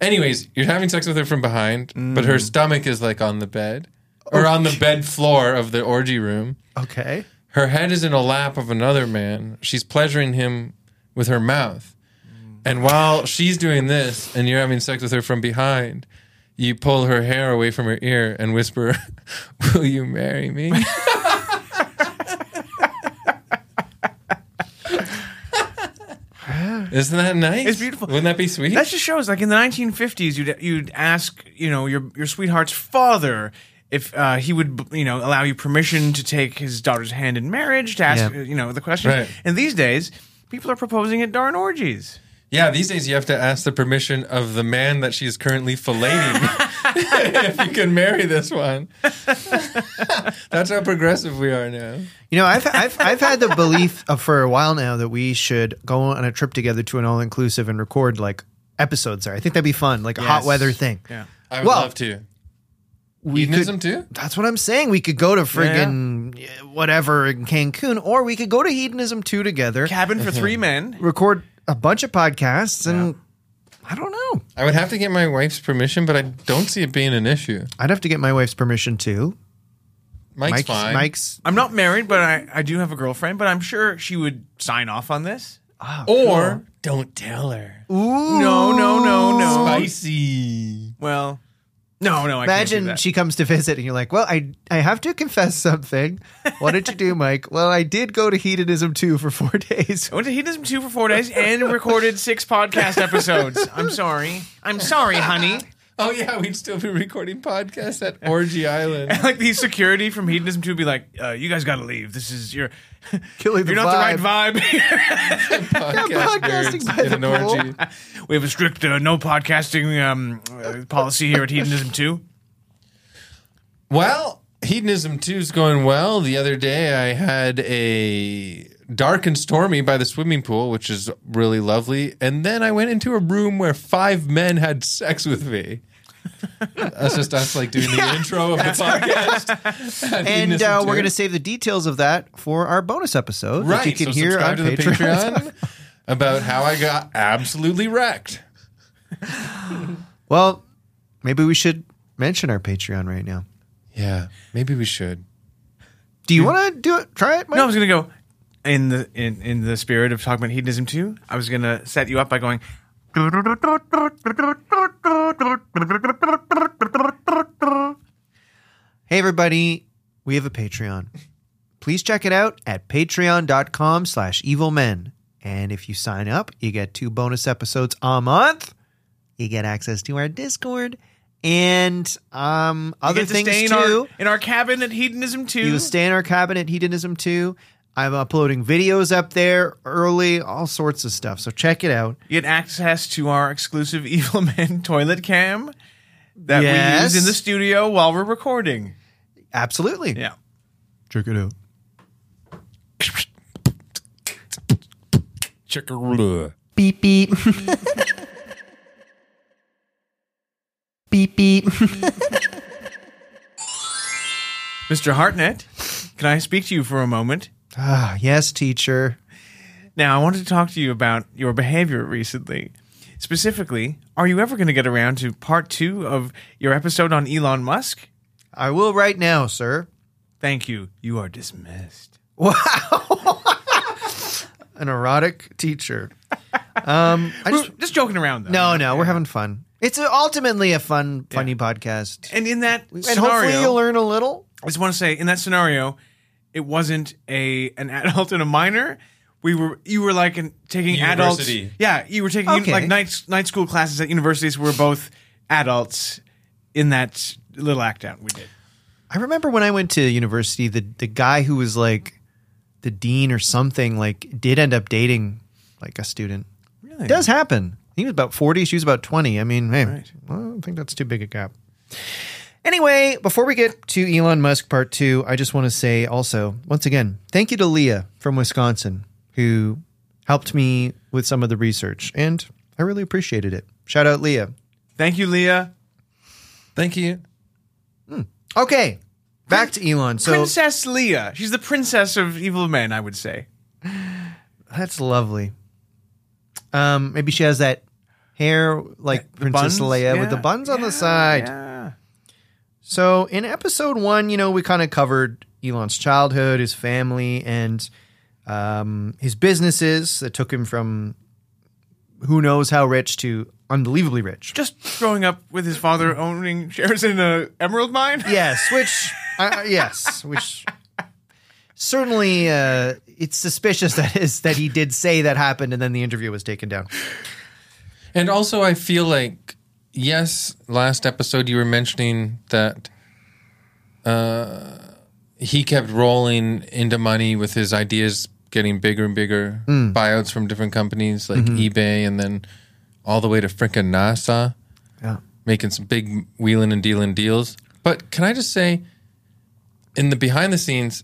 Speaker 3: Anyways, you're having sex with her from behind, but her stomach is like on the bed or on the bed floor of the orgy room.
Speaker 4: okay,
Speaker 3: her head is in a lap of another man. She's pleasuring him with her mouth.
Speaker 1: Mm.
Speaker 3: And while she's doing this and you're having sex with her from behind, you pull her hair away from her ear and whisper, Will you marry me? Isn't that nice?
Speaker 1: It's beautiful.
Speaker 3: Wouldn't that be sweet?
Speaker 1: That just shows, like in the 1950s, you'd you'd ask, you know, your your sweetheart's father if uh, he would, you know, allow you permission to take his daughter's hand in marriage to ask, uh,
Speaker 4: Yeah.
Speaker 1: you know, the question.
Speaker 3: Right.
Speaker 1: And these days, people are proposing at darn orgies.
Speaker 3: yeah, these days you have to ask the permission of the man that she's currently filleting if you can marry this one. That's how progressive we are now.
Speaker 4: You know, I've, I've, I've had the belief of, for a while now that we should go on a trip together to an all inclusive and record like episodes there. I think that'd be fun, like a hot
Speaker 1: Yes.
Speaker 4: weather thing.
Speaker 1: Yeah.
Speaker 3: I would
Speaker 4: Well,
Speaker 3: love to.
Speaker 4: We
Speaker 3: Hedonism
Speaker 4: could,
Speaker 3: too?
Speaker 4: that's what I'm saying. We could go to friggin' whatever in Cancun, or we could go to Hedonism 2 together,
Speaker 1: Cabin for three men.
Speaker 4: record a bunch of podcasts, and I don't know.
Speaker 3: I would have to get my wife's permission, but I don't see it being an issue.
Speaker 4: I'd have to get my wife's permission too.
Speaker 3: Mike's,
Speaker 4: Mike's,
Speaker 3: fine.
Speaker 4: Mike's
Speaker 1: I'm not married, but I, I do have a girlfriend, but I'm sure she would sign off on this.
Speaker 3: or don't tell her.
Speaker 1: No, no, no, no.
Speaker 3: Spicy.
Speaker 1: Well, no, no, I can't do
Speaker 4: Imagine
Speaker 1: that.
Speaker 4: she comes to visit and you're like, Well, I I have to confess something. What did you do, Mike? Well, I did go to hedonism too for four days.
Speaker 1: I went to Hedonism 2 for four days and recorded six podcast episodes. I'm sorry. I'm sorry, honey.
Speaker 3: Oh yeah, we'd still be recording podcasts at Orgy Island.
Speaker 1: like the security from Hedonism 2 would be like, uh, you guys got to leave. This is your.
Speaker 4: Killing the
Speaker 1: You're not the right vibe.
Speaker 3: Podcast
Speaker 4: podcasting
Speaker 3: nerds
Speaker 4: by
Speaker 3: in
Speaker 4: the
Speaker 3: an
Speaker 4: pool.
Speaker 3: orgy.
Speaker 1: we have a strict uh, no podcasting um, uh, policy here at Hedonism 2.
Speaker 3: Well, Hedonism 2 is going well. The other day I had a dark and stormy by the swimming pool, which is really lovely. And then I went into a room where five men had sex with me. That's just us like doing the intro of the podcast. at
Speaker 4: And
Speaker 3: Hedonism
Speaker 4: uh, we're
Speaker 3: 2.
Speaker 4: going to save the details of that for our bonus episode
Speaker 3: right.
Speaker 4: that you can
Speaker 3: so
Speaker 4: hear on
Speaker 3: subscribe to the
Speaker 4: Patreon.
Speaker 3: Patreon about how I got absolutely wrecked.
Speaker 4: well, maybe we should mention our Patreon right now.
Speaker 3: Yeah, maybe we should.
Speaker 4: Do you want to do it? Try it, Mike?
Speaker 1: No, I was going to go in the in, in the spirit of talking about Hedonism 2. I was going to set you up by going.
Speaker 4: Hey everybody, we have a Patreon. Please check it out at patreon.com slash evilmen. And if you sign up, you get two bonus episodes a month. You get access to our Discord and um
Speaker 1: You
Speaker 4: other
Speaker 1: get to
Speaker 4: things
Speaker 1: stay in
Speaker 4: too.
Speaker 1: our, in our cabin at Hedonism 2.
Speaker 4: you stay in our cabinet hedonism too. I'm uploading videos up there early, all sorts of stuff. So check it out.
Speaker 1: You get access to our exclusive Evil Men toilet cam that we
Speaker 4: Yes.
Speaker 1: use in the studio while we're recording.
Speaker 4: Absolutely.
Speaker 1: Yeah.
Speaker 4: Check it out.
Speaker 3: Chickaroo.
Speaker 6: beep beep beep beep
Speaker 1: Mr. Hartnett, can I speak to you for a moment?
Speaker 4: Ah, yes, teacher.
Speaker 1: Now, I wanted to talk to you about your behavior recently. Specifically, are you ever going to get around to part two of your episode on Elon Musk?
Speaker 4: I will right now, sir.
Speaker 1: Thank you. You are dismissed.
Speaker 4: An erotic teacher. Um, I just
Speaker 1: Just, just joking around, though.
Speaker 4: No, no, we're having fun. It's a, ultimately a fun, funny podcast.
Speaker 1: And in that
Speaker 4: And hopefully
Speaker 1: scenario,
Speaker 4: you'll learn a little.
Speaker 1: I just want to say, in that scenario, it wasn't a an adult and a minor. We were you were like in, taking
Speaker 3: University.
Speaker 1: adults. Yeah, you were taking un-
Speaker 4: Okay.
Speaker 1: like night night school classes at universities. We were both adults in that little act out we did.
Speaker 4: I remember when I went to university, the, the guy who was like the dean or something, like did end up dating like a student.
Speaker 1: Really?
Speaker 4: It does happen. He was about 40, she was about 20. I mean, hey,
Speaker 1: Right.
Speaker 4: well, I don't think that's too big a gap. Anyway, before we get to Elon Musk part two, I just want to say also, once again, thank you to Leah from Wisconsin, who helped me with some of the research, and I really appreciated it. Shout out, Leah.
Speaker 1: Thank you, Leah.
Speaker 3: Thank you.
Speaker 4: Okay, back to Elon. So
Speaker 1: princess Leah. She's the princess of evil men, I would say.
Speaker 4: that's lovely. Um, maybe she has that hair like Princess
Speaker 1: buns?
Speaker 4: Leia with the
Speaker 1: Yeah.
Speaker 4: buns on the side.
Speaker 1: Yeah.
Speaker 4: So in episode one, you know, we kind of covered Elon's childhood, his family, and um, his businesses that took him from who knows how rich to unbelievably rich.
Speaker 1: Just growing up with his father owning shares in a emerald mine.
Speaker 4: Yes, which uh, yes, which. certainly uh, it's suspicious that is that he did say that happened and then the interview was taken down.
Speaker 3: And also, I feel like yes, last episode you were mentioning that uh, he kept rolling into money with his ideas getting bigger and bigger, buyouts from different companies like eBay, and then all the way to frickin' NASA,
Speaker 4: Yeah.
Speaker 3: making some big wheeling and dealing deals. But can I just say, in the behind the scenes,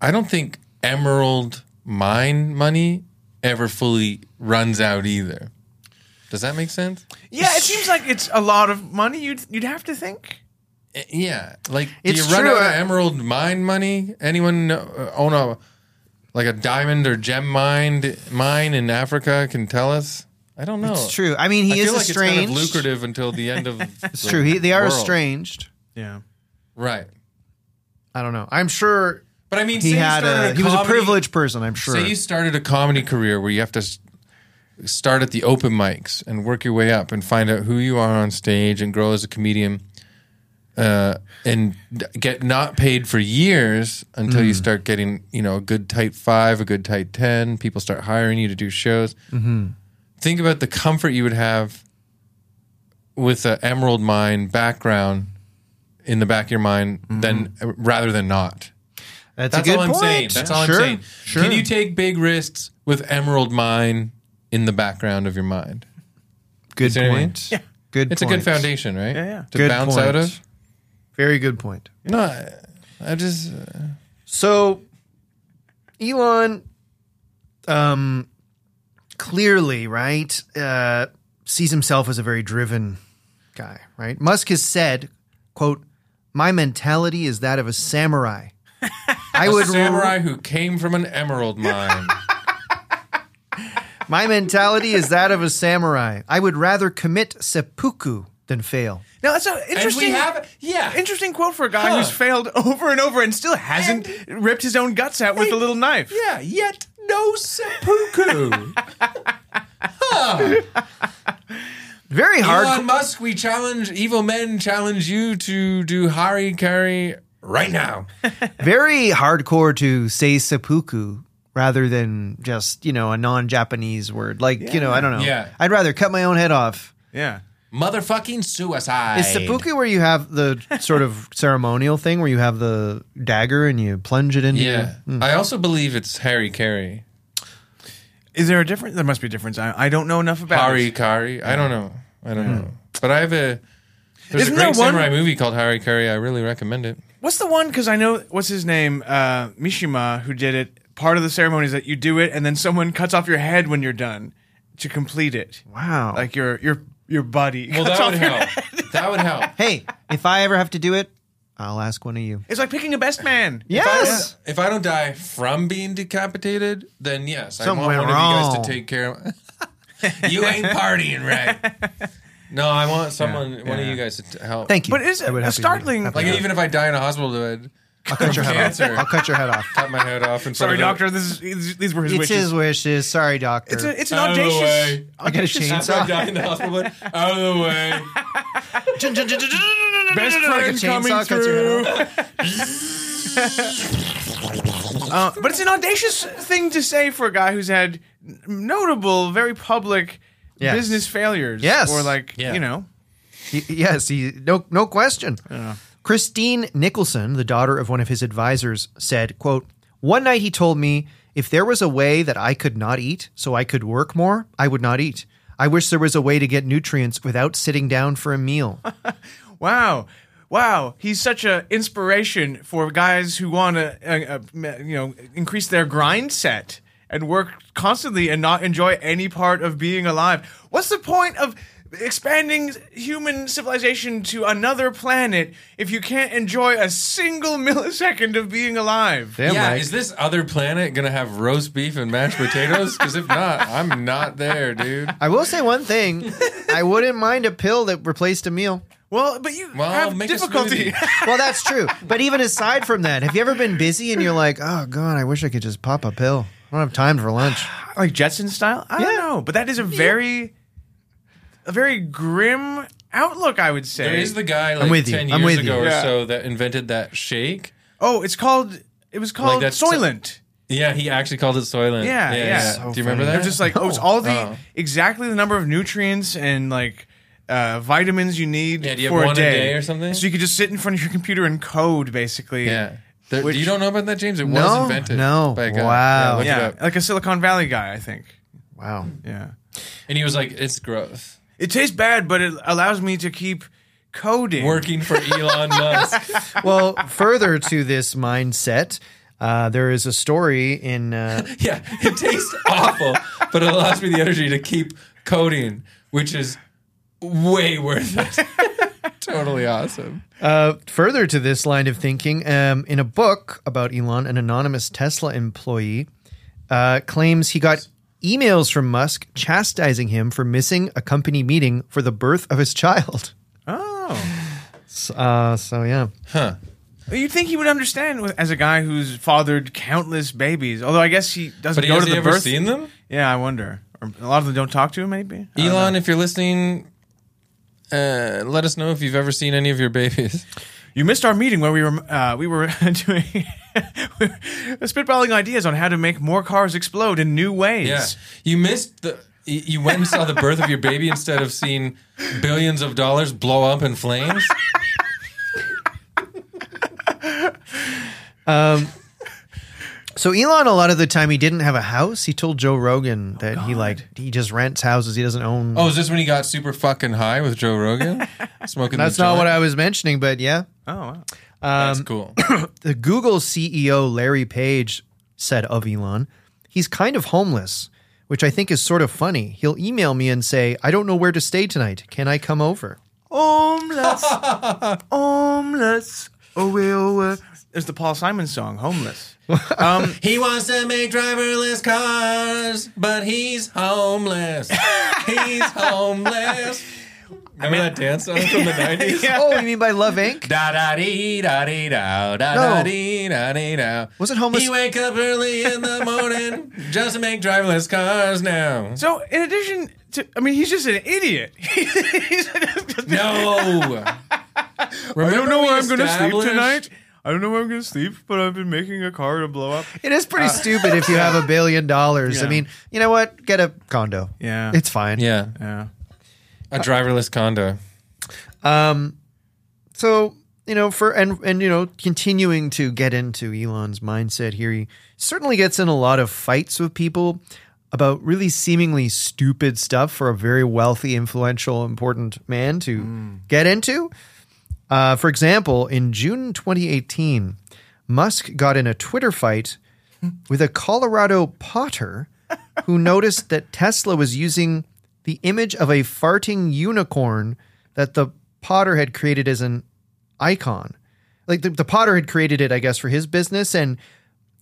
Speaker 3: I don't think Emerald Mine money ever fully runs out either. Does that make sense?
Speaker 1: Yeah, it seems like it's a lot of money. You'd you'd have to think.
Speaker 3: Eh, Yeah, like do
Speaker 4: It's
Speaker 3: you run
Speaker 4: true,
Speaker 3: out of
Speaker 4: I-
Speaker 3: emerald mine money? Anyone know- own a like a diamond or gem mine mine in Africa can tell us. I don't know.
Speaker 4: It's true. I mean, he
Speaker 3: I
Speaker 4: is
Speaker 3: feel like
Speaker 4: estranged.
Speaker 3: it's kind of lucrative until the end of.
Speaker 4: It's true. He, they are
Speaker 3: world.
Speaker 4: estranged.
Speaker 1: Yeah.
Speaker 3: right?
Speaker 4: I don't know. I'm sure
Speaker 3: But I mean,
Speaker 4: he
Speaker 3: say you
Speaker 4: had
Speaker 3: started
Speaker 4: a, he was a
Speaker 3: comedy-
Speaker 4: privileged person. I'm sure.
Speaker 3: Say you started a comedy career where you have to s- start at the open mics and work your way up and find out who you are on stage and grow as a comedian uh, and d- get not paid for years until
Speaker 4: Mm.
Speaker 3: you start getting, you know, a good tight five, a good tight 10. People start hiring you to do shows.
Speaker 4: Mm-hmm.
Speaker 3: Think about the comfort you would have with an emerald mine background in the back of your mind than
Speaker 4: Mm-hmm.
Speaker 3: rather than not.
Speaker 4: that's,
Speaker 3: That's
Speaker 4: a good
Speaker 3: all I'm
Speaker 4: point.
Speaker 3: saying. That's all
Speaker 4: Sure,
Speaker 3: I'm saying.
Speaker 4: Sure.
Speaker 3: Can you take big risks with Emerald Mine in the background of your mind?
Speaker 4: good
Speaker 3: see what I mean?
Speaker 4: point.
Speaker 1: Yeah.
Speaker 4: Good.
Speaker 3: It's a
Speaker 4: point.
Speaker 3: good foundation, right?
Speaker 1: Yeah, yeah.
Speaker 3: To
Speaker 4: Good
Speaker 3: bounce
Speaker 4: point.
Speaker 3: out of.
Speaker 4: Very good point.
Speaker 3: No, I, I just uh,
Speaker 4: So Elon um clearly, right, uh sees himself as a very driven guy, right? Musk has said, quote, "My mentality is that of a samurai." I would
Speaker 3: samurai who came from an emerald mine.
Speaker 4: My mentality is that of a samurai. I would rather commit seppuku than fail.
Speaker 1: Now that's an
Speaker 3: and
Speaker 1: interesting.
Speaker 3: we have yeah.
Speaker 1: Interesting quote for a guy
Speaker 3: Huh.
Speaker 1: who's failed over and over and still hasn't ripped his own guts out with a little knife.
Speaker 3: Yeah, yet no seppuku.
Speaker 4: Very hard.
Speaker 3: Elon Musk, we challenge evil men challenge you to do Hari Kari right now.
Speaker 4: very hardcore to say seppuku rather than just you know a non-Japanese word like you know I don't know.
Speaker 3: Yeah.
Speaker 4: I'd rather cut my own head off.
Speaker 1: Yeah.
Speaker 3: Motherfucking suicide.
Speaker 4: Is seppuku where you have the sort of ceremonial thing where you have the dagger and you plunge it into?
Speaker 3: Yeah. I also believe it's Harry Carey.
Speaker 1: Is there a difference? There must be a difference. I, I don't know enough about
Speaker 3: Hari
Speaker 1: it.
Speaker 3: Kari. I don't know. I don't know. But I have a there's
Speaker 1: Isn't
Speaker 3: a great
Speaker 1: there one-
Speaker 3: samurai movie called Hari Kari. I really recommend it.
Speaker 1: What's the one? Because I know what's his name, uh, Mishima, who did it. Part of the ceremony is that you do it, and then someone cuts off your head when you're done to complete it.
Speaker 4: Wow.
Speaker 1: Like your your your buddy.
Speaker 3: Well,
Speaker 1: cuts
Speaker 3: that
Speaker 1: off
Speaker 3: would
Speaker 1: your
Speaker 3: help.
Speaker 1: head.
Speaker 3: That would help.
Speaker 4: hey, if I ever have to do it, I'll ask one of you.
Speaker 1: It's like picking a best man.
Speaker 4: Yes.
Speaker 3: If I don't die from being decapitated, then yes,
Speaker 4: Something
Speaker 3: I
Speaker 4: went
Speaker 3: want one of you
Speaker 4: wrong.
Speaker 3: guys to take care of. you ain't partying right. No, I want someone, one of you guys to t- help.
Speaker 4: Thank you.
Speaker 1: But it's
Speaker 4: I would
Speaker 1: a
Speaker 4: happy-
Speaker 1: startling-
Speaker 4: happy
Speaker 3: Like
Speaker 4: to do it.
Speaker 3: even if I die in a hospital bed,
Speaker 4: I'll cut your head off.
Speaker 3: cancer.
Speaker 4: I'll cut your head off.
Speaker 3: cut my head off. In front
Speaker 1: Sorry,
Speaker 3: of the-
Speaker 1: doctor. This is, these- these were his
Speaker 4: It's
Speaker 1: wishes.
Speaker 4: his wishes. Sorry, doctor.
Speaker 1: it's, a, it's an
Speaker 3: Out of the
Speaker 1: audacious.
Speaker 3: way.
Speaker 4: I got a
Speaker 3: After I
Speaker 4: chainsaw.
Speaker 3: die in the hospital bed, out of the way.
Speaker 1: Best friend
Speaker 4: coming
Speaker 1: coming
Speaker 4: through.
Speaker 1: through. Uh, but it's an audacious thing to say for a guy who's had n- notable, very public
Speaker 4: Yes.
Speaker 1: business failures.
Speaker 4: Yes.
Speaker 1: Or like,
Speaker 3: Yeah.
Speaker 1: you know.
Speaker 4: Y- yes, he no no question. Christine Nicholson, the daughter of one of his advisors, said, "quote One night he told me if there was a way that I could not eat, so I could work more, I would not eat. I wish there was a way to get nutrients without sitting down for a meal.
Speaker 1: Wow. Wow, he's such an inspiration for guys who want to, uh, uh, you know, increase their grind set and work constantly and not enjoy any part of being alive. What's the point of expanding human civilization to another planet if you can't enjoy a single millisecond of being alive?
Speaker 4: Damn
Speaker 3: yeah,
Speaker 4: right.
Speaker 3: is this other planet gonna have roast beef and mashed potatoes? Because if not, I'm not there, dude.
Speaker 4: I will say one thing: I wouldn't mind a pill that replaced a meal.
Speaker 1: Well, but you
Speaker 3: Well,
Speaker 1: have
Speaker 3: make a
Speaker 1: difficulty.
Speaker 3: smoothie.
Speaker 4: Well, that's true. But even aside from that, have you ever been busy and you're like, oh god, I wish I could just pop a pill. I don't have time for lunch.
Speaker 1: like Jetson style? I don't
Speaker 4: Yeah.
Speaker 1: know, but that is a very a very grim outlook, I would say.
Speaker 3: There is the guy like
Speaker 4: with you.
Speaker 3: ten
Speaker 4: I'm
Speaker 3: years
Speaker 4: with you.
Speaker 3: ago or
Speaker 1: Yeah.
Speaker 3: so that invented that shake.
Speaker 1: oh, it's called It was called
Speaker 3: that's-
Speaker 1: Soylent.
Speaker 3: Yeah, he actually called it Soylent.
Speaker 1: Yeah, yeah.
Speaker 3: Do you remember that?
Speaker 1: They're just like, oh, it's all the
Speaker 3: Oh.
Speaker 1: exactly the number of nutrients and like uh, vitamins you need
Speaker 3: Yeah, do you have
Speaker 1: for
Speaker 3: one
Speaker 1: a,
Speaker 3: a
Speaker 1: day.
Speaker 3: day or something?
Speaker 1: So you could just sit in front of your computer and code, basically.
Speaker 3: yeah. There-
Speaker 1: Which-
Speaker 3: you don't know about that, James? It was
Speaker 4: No,
Speaker 3: invented.
Speaker 4: no.
Speaker 3: By a guy.
Speaker 4: Wow.
Speaker 3: Yeah, look it
Speaker 1: yeah,
Speaker 3: up.
Speaker 1: like a Silicon Valley guy, I think.
Speaker 4: Wow.
Speaker 1: Yeah,
Speaker 3: And he was like, "It's growth."
Speaker 1: it tastes bad, but it allows me to keep coding.
Speaker 3: Working for Elon Musk.
Speaker 4: Well, further to this mindset, uh, there is a story in. Uh,
Speaker 3: Yeah, it tastes awful, but it allows me the energy to keep coding, which is way worth it. totally awesome.
Speaker 4: Uh, further to this line of thinking, um, in a book about Elon, an anonymous Tesla employee uh, claims he got emails from Musk chastising him for missing a company meeting for the birth of his child.
Speaker 1: Oh,
Speaker 4: S- Uh, so yeah,
Speaker 1: you'd think he would understand with- as a guy who's fathered countless babies. Although I guess he doesn't
Speaker 3: But
Speaker 1: go
Speaker 3: has
Speaker 1: to
Speaker 3: he
Speaker 1: the
Speaker 3: ever
Speaker 1: birth.
Speaker 3: seen them?
Speaker 1: Yeah, I wonder. Or a lot of them don't talk to him. Maybe I don't know.
Speaker 3: Elon, if you're listening, uh, let us know if you've ever seen any of your babies.
Speaker 1: You missed our meeting where we were uh, we were doing we were spitballing ideas on how to make more cars explode in new ways.
Speaker 3: Yeah, you missed the. You you went and saw the birth of your baby instead of seeing billions of dollars blow up in flames.
Speaker 4: so Elon, a lot of the time, he didn't have a house. He told Joe Rogan that he like he just rents houses. He doesn't own.
Speaker 3: Oh, is this when he got super fucking high with Joe Rogan, smoking?
Speaker 4: That's
Speaker 3: the
Speaker 4: not what
Speaker 3: joint?
Speaker 4: I was mentioning, but yeah.
Speaker 1: Oh, wow.
Speaker 3: That's cool.
Speaker 4: the Google CEO Larry Page said of Elon, he's kind of homeless, which I think is sort of funny. He'll email me and say, I don't know where to stay tonight. Can I come over?
Speaker 1: homeless, homeless. Oh, well, uh, there's the Paul Simon song, "Homeless." Um,
Speaker 3: He wants to make driverless cars, but he's homeless. He's homeless. Remember that dance song from the 90s?
Speaker 4: Oh, you mean by Love Inc.?
Speaker 3: Da da dee da dee da da
Speaker 4: No.
Speaker 3: da dee da dee da.
Speaker 4: Was it homeless?
Speaker 3: He wake up early in the morning just to make driverless cars now.
Speaker 1: so, in addition to, I mean, he's just an idiot. He's just-
Speaker 3: No.
Speaker 1: I don't know where I'm going to sleep
Speaker 3: established-
Speaker 1: tonight. I don't know where I'm going to sleep, but I've been making a car to blow up.
Speaker 4: It is pretty stupid if you have a billion dollars. I
Speaker 1: Uh. Yeah.
Speaker 4: mean, you know what? Get a condo.
Speaker 1: Yeah.
Speaker 4: It's fine.
Speaker 3: Yeah,
Speaker 1: Yeah. Uh,
Speaker 3: a driverless condo.
Speaker 4: so you know for and and you know continuing to get into Elon's mindset here he certainly gets in a lot of fights with people about really seemingly stupid stuff for a very wealthy influential important man to get into uh, for example in June 2018 Musk got in a Twitter fight with a Colorado potter who noticed that Tesla was using the image of a farting unicorn that the potter had created as an icon. Like the, the potter had created it, I guess, for his business, and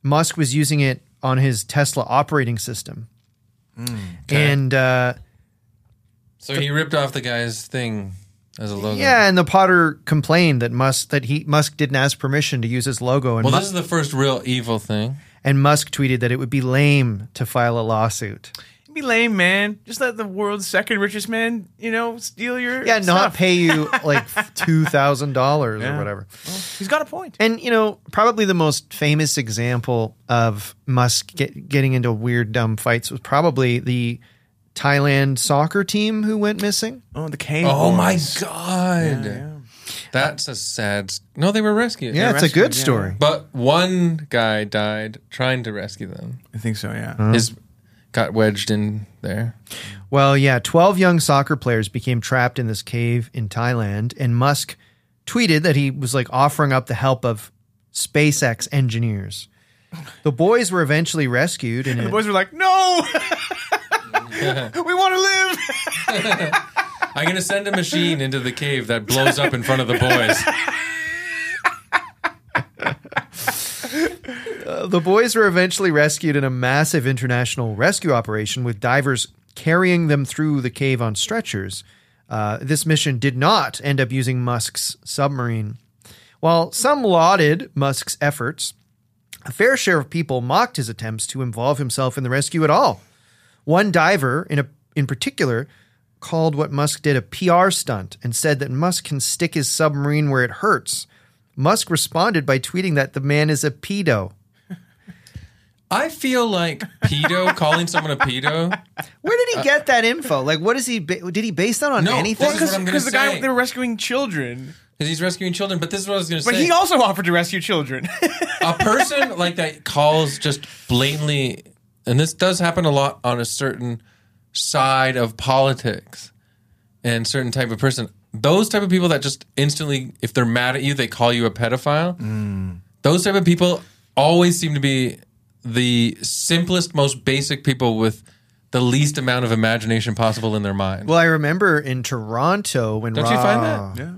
Speaker 4: Musk was using it on his Tesla operating system.
Speaker 1: Mm,
Speaker 4: And uh,
Speaker 3: So he ripped off the guy's thing as a logo.
Speaker 4: yeah, and the Potter complained that Musk that he Musk didn't ask permission to use his logo, and
Speaker 3: Well,
Speaker 4: Mu-
Speaker 3: this is the first real evil thing.
Speaker 4: and Musk tweeted that it would be lame to file a lawsuit.
Speaker 1: Be lame, man. Just let the world's second richest man, you know, steal your
Speaker 4: Yeah, not
Speaker 1: stuff.
Speaker 4: pay you like two thousand dollars or
Speaker 1: Yeah.
Speaker 4: whatever.
Speaker 1: He's got a point.
Speaker 4: And you know, probably the most famous example of Musk get, getting into weird, dumb fights was probably the Thailand soccer team who went missing.
Speaker 1: Oh, the cane.
Speaker 3: Oh my
Speaker 1: boys.
Speaker 3: god. That's a sad. s- No, they were rescued.
Speaker 4: Yeah, it's a
Speaker 1: rescued,
Speaker 4: good
Speaker 1: yeah.
Speaker 4: story.
Speaker 3: But one guy died trying to rescue them.
Speaker 1: I think so, yeah.
Speaker 3: His got wedged in there.
Speaker 4: Well, yeah, twelve young soccer players became trapped in this cave in Thailand, and Musk tweeted that he was like offering up the help of SpaceX engineers. The boys were eventually rescued, and
Speaker 1: The
Speaker 4: it-
Speaker 1: boys were like, no! we want to live!
Speaker 3: I'm going to send a machine into the cave that blows up in front of the boys.
Speaker 4: The boys were eventually rescued in a massive international rescue operation with divers carrying them through the cave on stretchers. Uh, this mission did not end up using Musk's submarine. While some lauded Musk's efforts, a fair share of people mocked his attempts to involve himself in the rescue at all. One diver, in, a, in particular, called what Musk did a PR stunt and said that Musk can stick his submarine where it hurts. Musk responded by tweeting that the man is a pedo.
Speaker 3: I feel like pedo calling someone a pedo.
Speaker 4: Where did he get that info? Like, what is he? Ba- did he base that on
Speaker 3: Uh, No,
Speaker 4: anything?
Speaker 3: this is what I'm gonna
Speaker 1: Because the guy
Speaker 3: say.
Speaker 1: they were rescuing children,
Speaker 3: Because he's rescuing children. But this is what I was going to say.
Speaker 1: but he also offered to rescue children.
Speaker 3: a person like that calls just blatantly, and this does happen a lot on a certain side of politics and certain type of person. Those type of people that just instantly, if they're mad at you, they call you a pedophile. Those type of people always seem to be the simplest, most basic people with the least amount of imagination possible in their mind.
Speaker 4: well, I remember in Toronto when
Speaker 3: Don't
Speaker 4: Rob,
Speaker 3: you find that?
Speaker 1: yeah.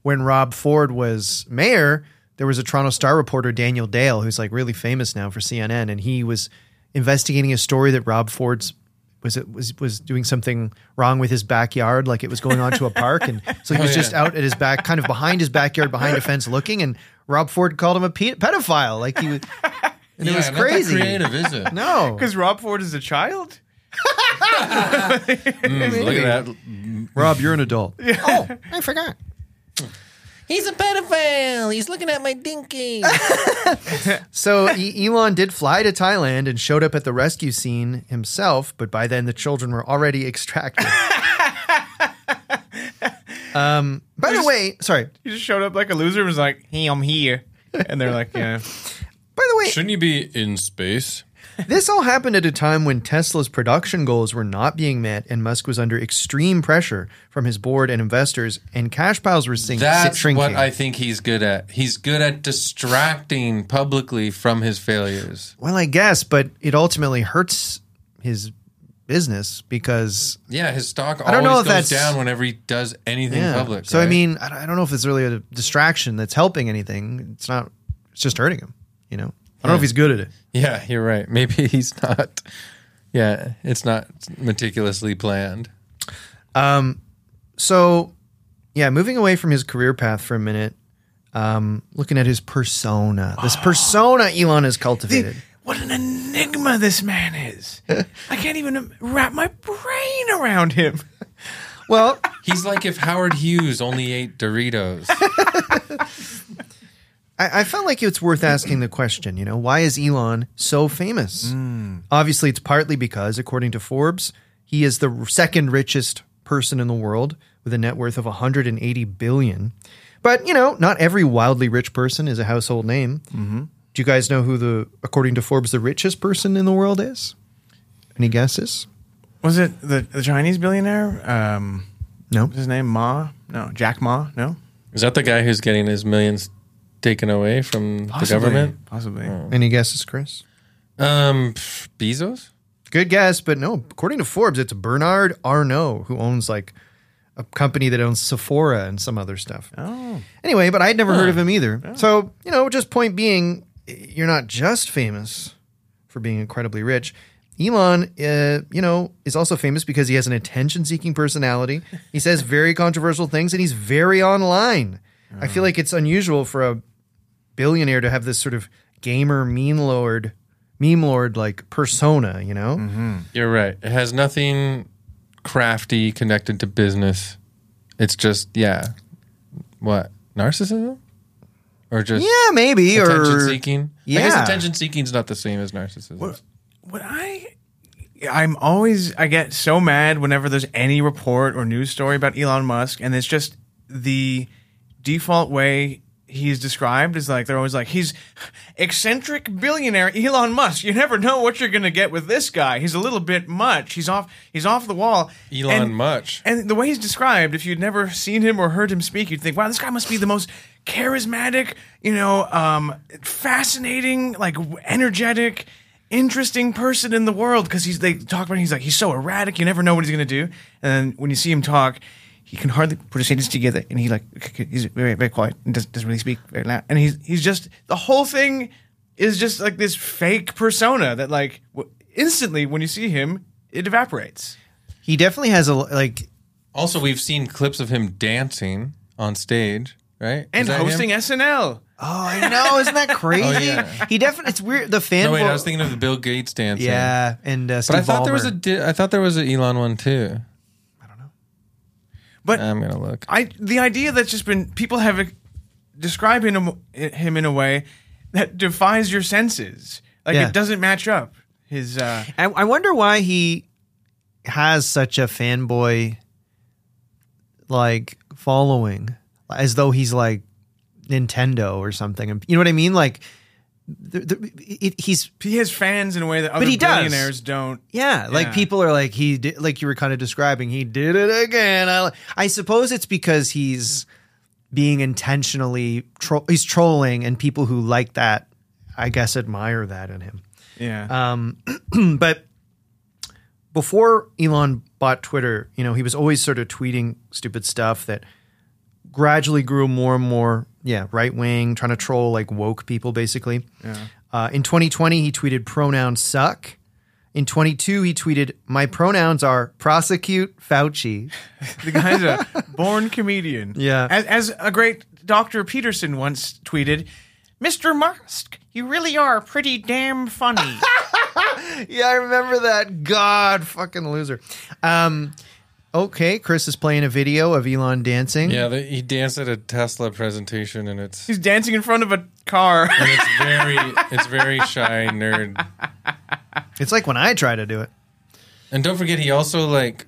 Speaker 4: when Rob Ford was mayor, there was a Toronto Star reporter, Daniel Dale, who's like really famous now for CNN, and he was investigating a story that Rob Ford's was it was was doing something wrong with his backyard, like it was going onto a park, and so he was
Speaker 3: Oh, yeah.
Speaker 4: just out at his back, kind of behind his backyard, behind a fence, looking, and Rob Ford called him a pe- pedophile, like he was, and it
Speaker 3: Yeah,
Speaker 4: was
Speaker 3: not that
Speaker 4: crazy.
Speaker 3: creative, is it?
Speaker 4: No,
Speaker 1: Because Rob Ford is a child.
Speaker 3: Mm, look at that.
Speaker 4: Rob, you're an adult. Oh, I forgot.
Speaker 5: He's a pedophile. He's looking at my dinky.
Speaker 4: So E- Elon did fly to Thailand and showed up at the rescue scene himself, but by then the children were already extracted. um, by the way, sorry.
Speaker 1: He just showed up like a loser and was like, hey, I'm here. And they're like, yeah.
Speaker 4: By the way,
Speaker 3: Shouldn't you be in space?
Speaker 4: this all happened at a time when Tesla's production goals were not being met, and Musk was under extreme pressure from his board and investors, and cash piles were sink-
Speaker 3: That's
Speaker 4: shrinking.
Speaker 3: what I think he's good at. He's good at distracting publicly from his failures.
Speaker 4: well, I guess, but it ultimately hurts his business because
Speaker 3: Yeah, his stock
Speaker 4: don't
Speaker 3: always
Speaker 4: know if
Speaker 3: goes
Speaker 4: that's-
Speaker 3: down whenever he does anything public.
Speaker 4: So I
Speaker 3: right?
Speaker 4: mean, I don't- I don't know if it's really a distraction that's helping anything. It's not. It's just hurting him. You know. I don't know if he's good at it.
Speaker 3: yeah, you're right. Maybe he's not. Yeah, it's not meticulously planned.
Speaker 4: So, yeah, moving away from his career path for a minute, um, looking at his persona, this
Speaker 3: Ah.
Speaker 4: persona Elon has cultivated.
Speaker 1: What an enigma this man is. I can't even wrap my brain around him.
Speaker 4: well,
Speaker 3: He's like if Howard Hughes only ate Doritos.
Speaker 4: I, I felt like it's worth asking the question, you know, why is Elon so famous? Obviously, it's partly because, according to Forbes, he is the second richest person in the world with a net worth of 180 billion. But, you know, not every wildly rich person is a household name. Do you guys know who the, according to Forbes, the richest person in the world is? Any guesses?
Speaker 1: Was it the, the Chinese billionaire? Um,
Speaker 4: No.
Speaker 1: what's his name? Ma? No. Jack Ma? No?
Speaker 3: Is that the guy who's getting his millions taken away from the government? Oh.
Speaker 1: Possibly.
Speaker 4: Any guesses, Chris?
Speaker 3: Um, pff, Bezos.
Speaker 4: Good guess, but no. According to Forbes, it's Bernard Arnault who owns like a company that owns Sephora and some other stuff.
Speaker 1: Oh.
Speaker 4: Anyway, but I'd never heard of him either. So, you know, just point being, you're not just famous for being incredibly rich. Elon, uh, you know, is also famous because he has an attention seeking personality. He says very controversial things and he's very online. I feel like it's unusual for a billionaire to have this sort of gamer mean lord, meme lord like persona, you know?
Speaker 3: You're right. It has nothing crafty connected to business. It's just yeah. What? Narcissism? Or just
Speaker 4: Yeah, maybe.
Speaker 3: attention
Speaker 4: or
Speaker 3: seeking? I
Speaker 4: Yeah.
Speaker 3: guess attention seeking is not the same as narcissism.
Speaker 1: What I. I'm always. I get so mad whenever there's any report or news story about Elon Musk, and it's just the default way he's described is like they're always like, he's eccentric billionaire Elon Musk. You never know what you're going to get with this guy. He's a little bit much. He's off. He's off the wall.
Speaker 3: Elon
Speaker 1: And-
Speaker 3: much.
Speaker 1: And the way he's described, if you'd never seen him or heard him speak, you'd think, wow, this guy must be the most charismatic, you know, um, fascinating, like w- energetic, interesting person in the world. Because he's they talk about him, he's like he's so erratic, you never know what he's gonna do. And then when you see him talk, he can hardly put his sentence together, and he like he's very very quiet and doesn't, doesn't really speak very loud. And he's he's just the whole thing is just like this fake persona that like w- instantly when you see him, it evaporates.
Speaker 4: He definitely has a, like,
Speaker 3: Also, we've seen clips of him dancing on stage, right? Is
Speaker 1: And
Speaker 3: that him?
Speaker 1: hosting SNL.
Speaker 4: Oh, I know. Isn't that crazy?
Speaker 3: yeah.
Speaker 4: He definitely. It's weird. The fan.
Speaker 3: No, wait, I
Speaker 4: vote-
Speaker 3: was thinking of the Bill Gates dancing.
Speaker 4: Yeah, and uh, Steve
Speaker 3: But I thought there was a
Speaker 4: Ballmer.
Speaker 3: di- I thought there was an Elon one too.
Speaker 1: But
Speaker 3: I'm gonna look.
Speaker 1: I the idea that's just been people have described him him in a way that defies your senses. Like
Speaker 4: Yeah.
Speaker 1: it doesn't match up. His uh,
Speaker 4: I, I wonder why he has such a fanboy like following, as though he's like Nintendo or something. You know what I mean? Like, the, the, it, he's
Speaker 1: he has fans in a way that other
Speaker 4: he does.
Speaker 1: billionaires don't.
Speaker 4: yeah, like
Speaker 1: Yeah.
Speaker 4: people are like he did, like you were kind of describing. He did it again. I, I suppose it's because he's being intentionally tro- he's trolling, and people who like that, I guess, admire that in him.
Speaker 1: Yeah.
Speaker 4: Uh. but before Elon bought Twitter, you know, he was always sort of tweeting stupid stuff that gradually grew more and more, yeah, right wing, trying to troll like woke people, basically. Uh, in 2020, he tweeted pronouns suck. In 22, he tweeted, "My pronouns are prosecute Fauci."
Speaker 1: The guy's a born comedian.
Speaker 4: Yeah.
Speaker 1: As, as a great Dr. Peterson once tweeted, Mr. Musk, you really are pretty damn funny.
Speaker 4: yeah, I remember that. God, fucking loser. Um, okay, Chris is playing a video of Elon dancing.
Speaker 3: Yeah, they, he danced at a Tesla presentation, and it's
Speaker 1: He's dancing in front of a car.
Speaker 3: it's very it's very shy nerd.
Speaker 4: It's like when I try to do it.
Speaker 3: And don't forget, he also like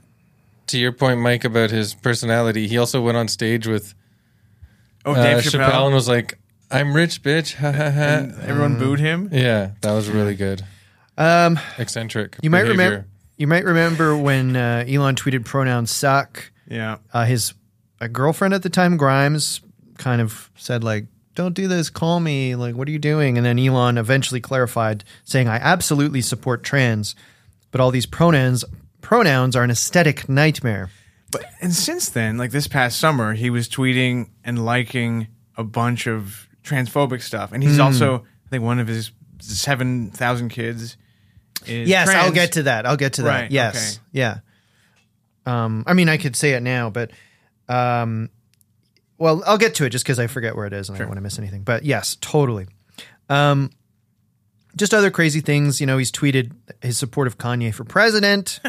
Speaker 3: to your point, Mike, about his personality. He also went on stage with
Speaker 1: Oh,
Speaker 3: uh,
Speaker 1: Dave
Speaker 3: Chappelle.
Speaker 1: Chappelle. Mm.
Speaker 3: and was like, "I'm rich, bitch." ha, ha, ha."
Speaker 1: Everyone booed him.
Speaker 3: yeah, that was really good.
Speaker 4: Um,
Speaker 3: Eccentric.
Speaker 4: You might
Speaker 3: behavior.
Speaker 4: remember. You might remember when uh, Elon tweeted pronouns suck.
Speaker 1: Yeah.
Speaker 4: Uh, his a girlfriend at the time, Grimes, kind of said like, "Don't do this. Call me. Like, what are you doing?" And then Elon eventually clarified, saying, "I absolutely support trans, but all these pronouns pronouns are an aesthetic nightmare."
Speaker 1: But and since then, like this past summer, he was tweeting and liking a bunch of transphobic stuff. And he's
Speaker 4: Hmm.
Speaker 1: also, I think one of his 7,000 kids is
Speaker 4: Yes, I'll
Speaker 1: trans.
Speaker 4: get to that. I'll get to that.
Speaker 1: Right,
Speaker 4: yes.
Speaker 1: okay.
Speaker 4: Yeah. Um, I mean, I could say it now, but, um, well, I'll get to it just because I forget where it is and I don't want to miss anything. But yes, totally. Um, just other crazy things. You know, he's tweeted his support of Kanye for president.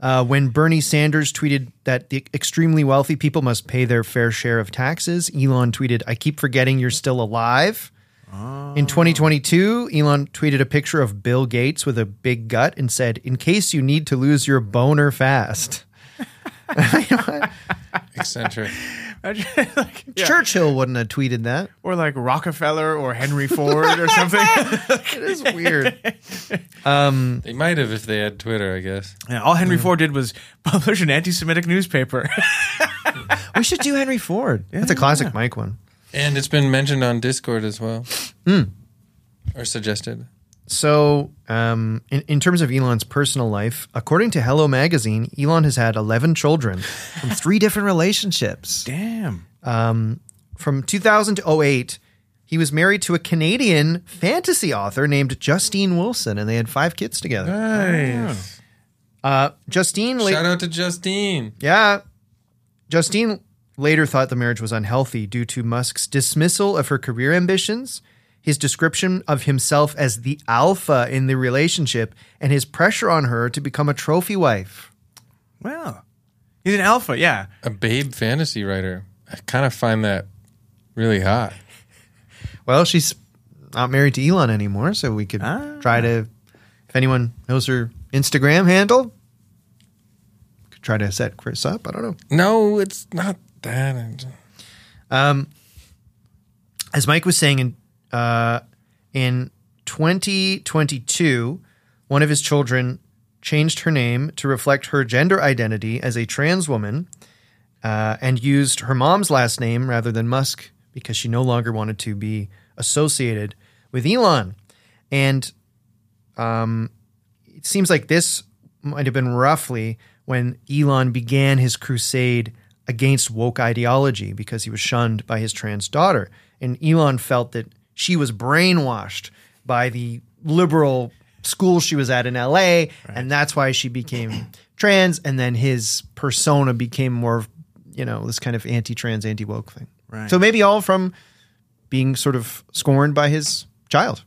Speaker 4: uh, when Bernie Sanders tweeted that the extremely wealthy people must pay their fair share of taxes, Elon tweeted, I keep forgetting you're still alive. In 2022, Elon tweeted a picture of Bill Gates with a big gut and said, "In case you need to lose your boner fast."
Speaker 3: eccentric.
Speaker 1: like, yeah.
Speaker 4: Churchill wouldn't have tweeted that.
Speaker 1: Or like Rockefeller or Henry Ford or something.
Speaker 4: It is weird.
Speaker 3: They might have if they had Twitter, I guess.
Speaker 1: Yeah, all Henry Ford did was publish an anti-Semitic newspaper.
Speaker 4: we should do Henry Ford. That's a classic Mike one.
Speaker 3: And it's been mentioned on Discord as well, or suggested.
Speaker 4: So, um, in, in terms of Elon's personal life, according to Hello Magazine, Elon has had 11 children from three different relationships.
Speaker 1: Damn.
Speaker 4: From 2000 to 08, he was married to a Canadian fantasy author named Justine Wilson, and they had five kids together.
Speaker 3: Nice.
Speaker 4: Uh, Justine, la-
Speaker 3: Shout out to Justine.
Speaker 4: Yeah. Justine later thought the marriage was unhealthy due to Musk's dismissal of her career ambitions, his description of himself as the alpha in the relationship, and his pressure on her to become a trophy wife.
Speaker 1: Well, he's an alpha. Yeah.
Speaker 3: A babe fantasy writer. I kind of find that really hot.
Speaker 4: Well, she's not married to Elon anymore, so we could try to, if anyone knows her Instagram handle, could try to set Chris up. I don't know.
Speaker 3: No, it's not that. I'm just-
Speaker 4: as Mike was saying in uh, in 2022, one of his children changed her name to reflect her gender identity as a trans woman, uh, and used her mom's last name rather than Musk because she no longer wanted to be associated with Elon. And it seems like this might have been roughly when Elon began his crusade against woke ideology because he was shunned by his trans daughter. And Elon felt that she was brainwashed by the liberal school she was at in LA, and that's why she became trans. And then his persona became more of, you know, this kind of anti trans, anti woke thing.
Speaker 1: Right.
Speaker 4: So maybe all from being sort of scorned by his child.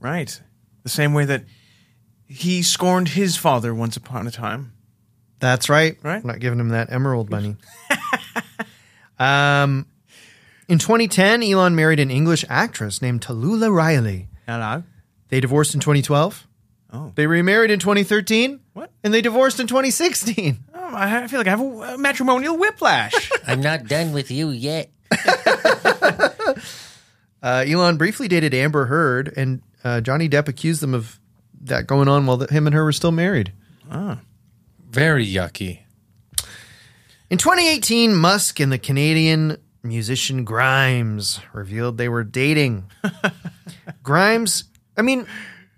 Speaker 1: Right. The same way that he scorned his father once upon a time.
Speaker 4: That's right.
Speaker 1: Right?
Speaker 4: Not giving him that emerald money. um, in 2010, Elon married an English actress named Tallulah Riley.
Speaker 1: Hello.
Speaker 4: They divorced in 2012.
Speaker 1: Oh.
Speaker 4: They remarried in 2013.
Speaker 1: What?
Speaker 4: And they divorced in 2016.
Speaker 1: Oh, I I feel like I have a a matrimonial whiplash.
Speaker 5: I'm not done with you yet.
Speaker 4: Uh, Elon briefly dated Amber Heard, and uh, Johnny Depp accused them of that going on while the, him and her were still married.
Speaker 3: Very yucky.
Speaker 4: In 2018, Musk and the Canadian musician Grimes revealed they were dating. Grimes, I mean,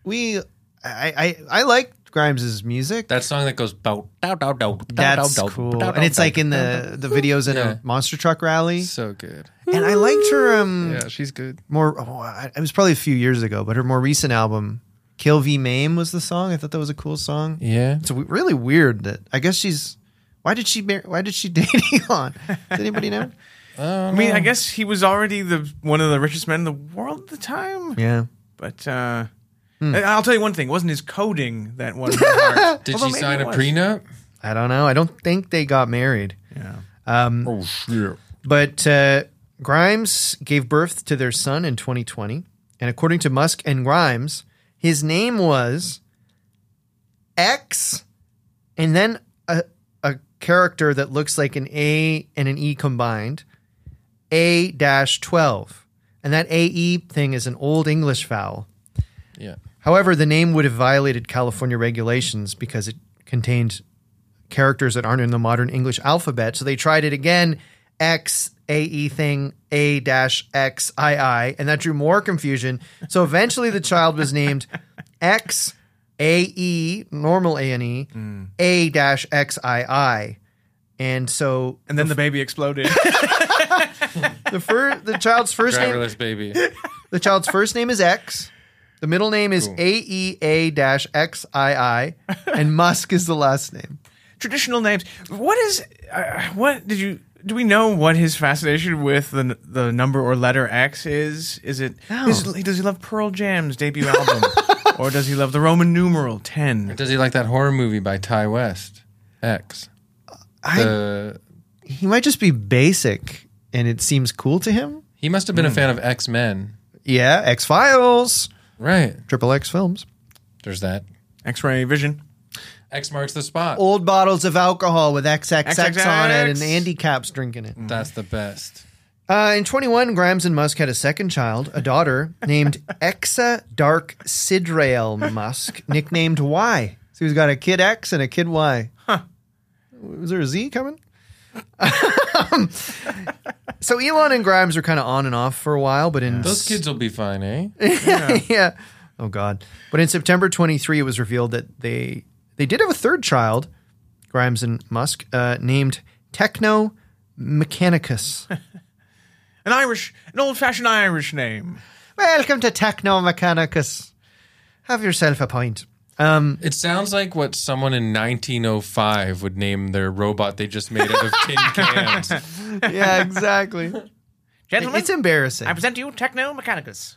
Speaker 4: we, I, I, I like Grimes's music.
Speaker 3: That song that goes bout.
Speaker 5: Dow, dow, dow, dow,
Speaker 4: That's
Speaker 5: dow, dow,
Speaker 4: cool,
Speaker 5: dow,
Speaker 4: and it's
Speaker 5: dow,
Speaker 4: like in
Speaker 5: dow,
Speaker 4: the the videos in
Speaker 3: Yeah.
Speaker 4: a monster truck rally.
Speaker 3: So good.
Speaker 4: And I liked her um
Speaker 3: Yeah, she's good.
Speaker 4: more. Oh, I- it was probably a few years ago, but her more recent album, "Kill V Mame," was the song. I thought that was a cool song.
Speaker 3: Yeah.
Speaker 4: It's w- really weird that I guess she's. Why did she? Mar- why did she date Elon? Does anybody know?
Speaker 1: I mean, I guess he was already the one of the richest men in the world at the time.
Speaker 4: Yeah.
Speaker 1: But uh,
Speaker 3: Hmm.
Speaker 1: I- I'll tell you one thing: it wasn't his coding that won my heart.
Speaker 3: Did
Speaker 1: Although
Speaker 3: she
Speaker 1: maybe
Speaker 3: sign
Speaker 1: it
Speaker 3: a
Speaker 1: was.
Speaker 3: prenup?
Speaker 4: I don't know. I don't think they got married.
Speaker 1: Yeah.
Speaker 3: Oh shit.
Speaker 4: But uh, Grimes gave birth to their son in 2020. And according to Musk and Grimes, his name was X and then a, a character that looks like an A and an E combined, A 12. And that AE thing is an old English vowel.
Speaker 3: Yeah.
Speaker 4: However, the name would have violated California regulations because it contained characters that aren't in the modern English alphabet. So they tried it again X, A, E thing, A dash X, I, I, and that drew more confusion. So eventually the child was named X, A, E, normal A and E, A dash X, I, I. And so
Speaker 1: And then the baby exploded.
Speaker 4: the fir- the child's first name
Speaker 3: Driverless baby.
Speaker 4: the child's first name is X. The middle name is
Speaker 3: Cool.
Speaker 4: A E A dash X I I, and Musk is the last name.
Speaker 1: Traditional names. What is? Uh, what did you? Do we know what his fascination with the n- the number or letter X is? Is it?
Speaker 4: No.
Speaker 1: is- does he love Pearl Jam's debut album, or does he love the Roman numeral ten?
Speaker 3: Does he like that horror movie by Ty West? X. The,
Speaker 4: He might just be basic, and it seems cool to him.
Speaker 3: he must have been a fan of X Men.
Speaker 4: Yeah, X Files,
Speaker 3: Right.
Speaker 4: Triple X Films,
Speaker 3: There's that.
Speaker 1: X ray vision.
Speaker 3: X marks the spot.
Speaker 4: old bottles of alcohol with XXX on it, and
Speaker 1: XXX.
Speaker 4: Andy Caps drinking it.
Speaker 3: That's the best.
Speaker 4: Uh, in 21, Grimes and Musk had a second child, a daughter named Exa Dark Sidrail Musk, nicknamed Y. So he's got a kid X and a kid Y. Huh. Was there a Z coming? Um, so Elon and Grimes are kind of on and off for a while, but in
Speaker 3: Those kids will be fine, eh?
Speaker 4: yeah. Oh God. But in September 23, it was revealed that they they did have a third child, Grimes and Musk, uh, named Techno Mechanicus.
Speaker 1: An Irish, an old fashioned Irish name.
Speaker 4: Welcome to Techno Mechanicus. Have yourself a pint.
Speaker 3: It sounds like what someone in 1905 would name their robot they just made out of tin cans.
Speaker 4: Yeah, exactly.
Speaker 1: Gentlemen,
Speaker 4: it's embarrassing.
Speaker 1: I present to you Techno Mechanicus.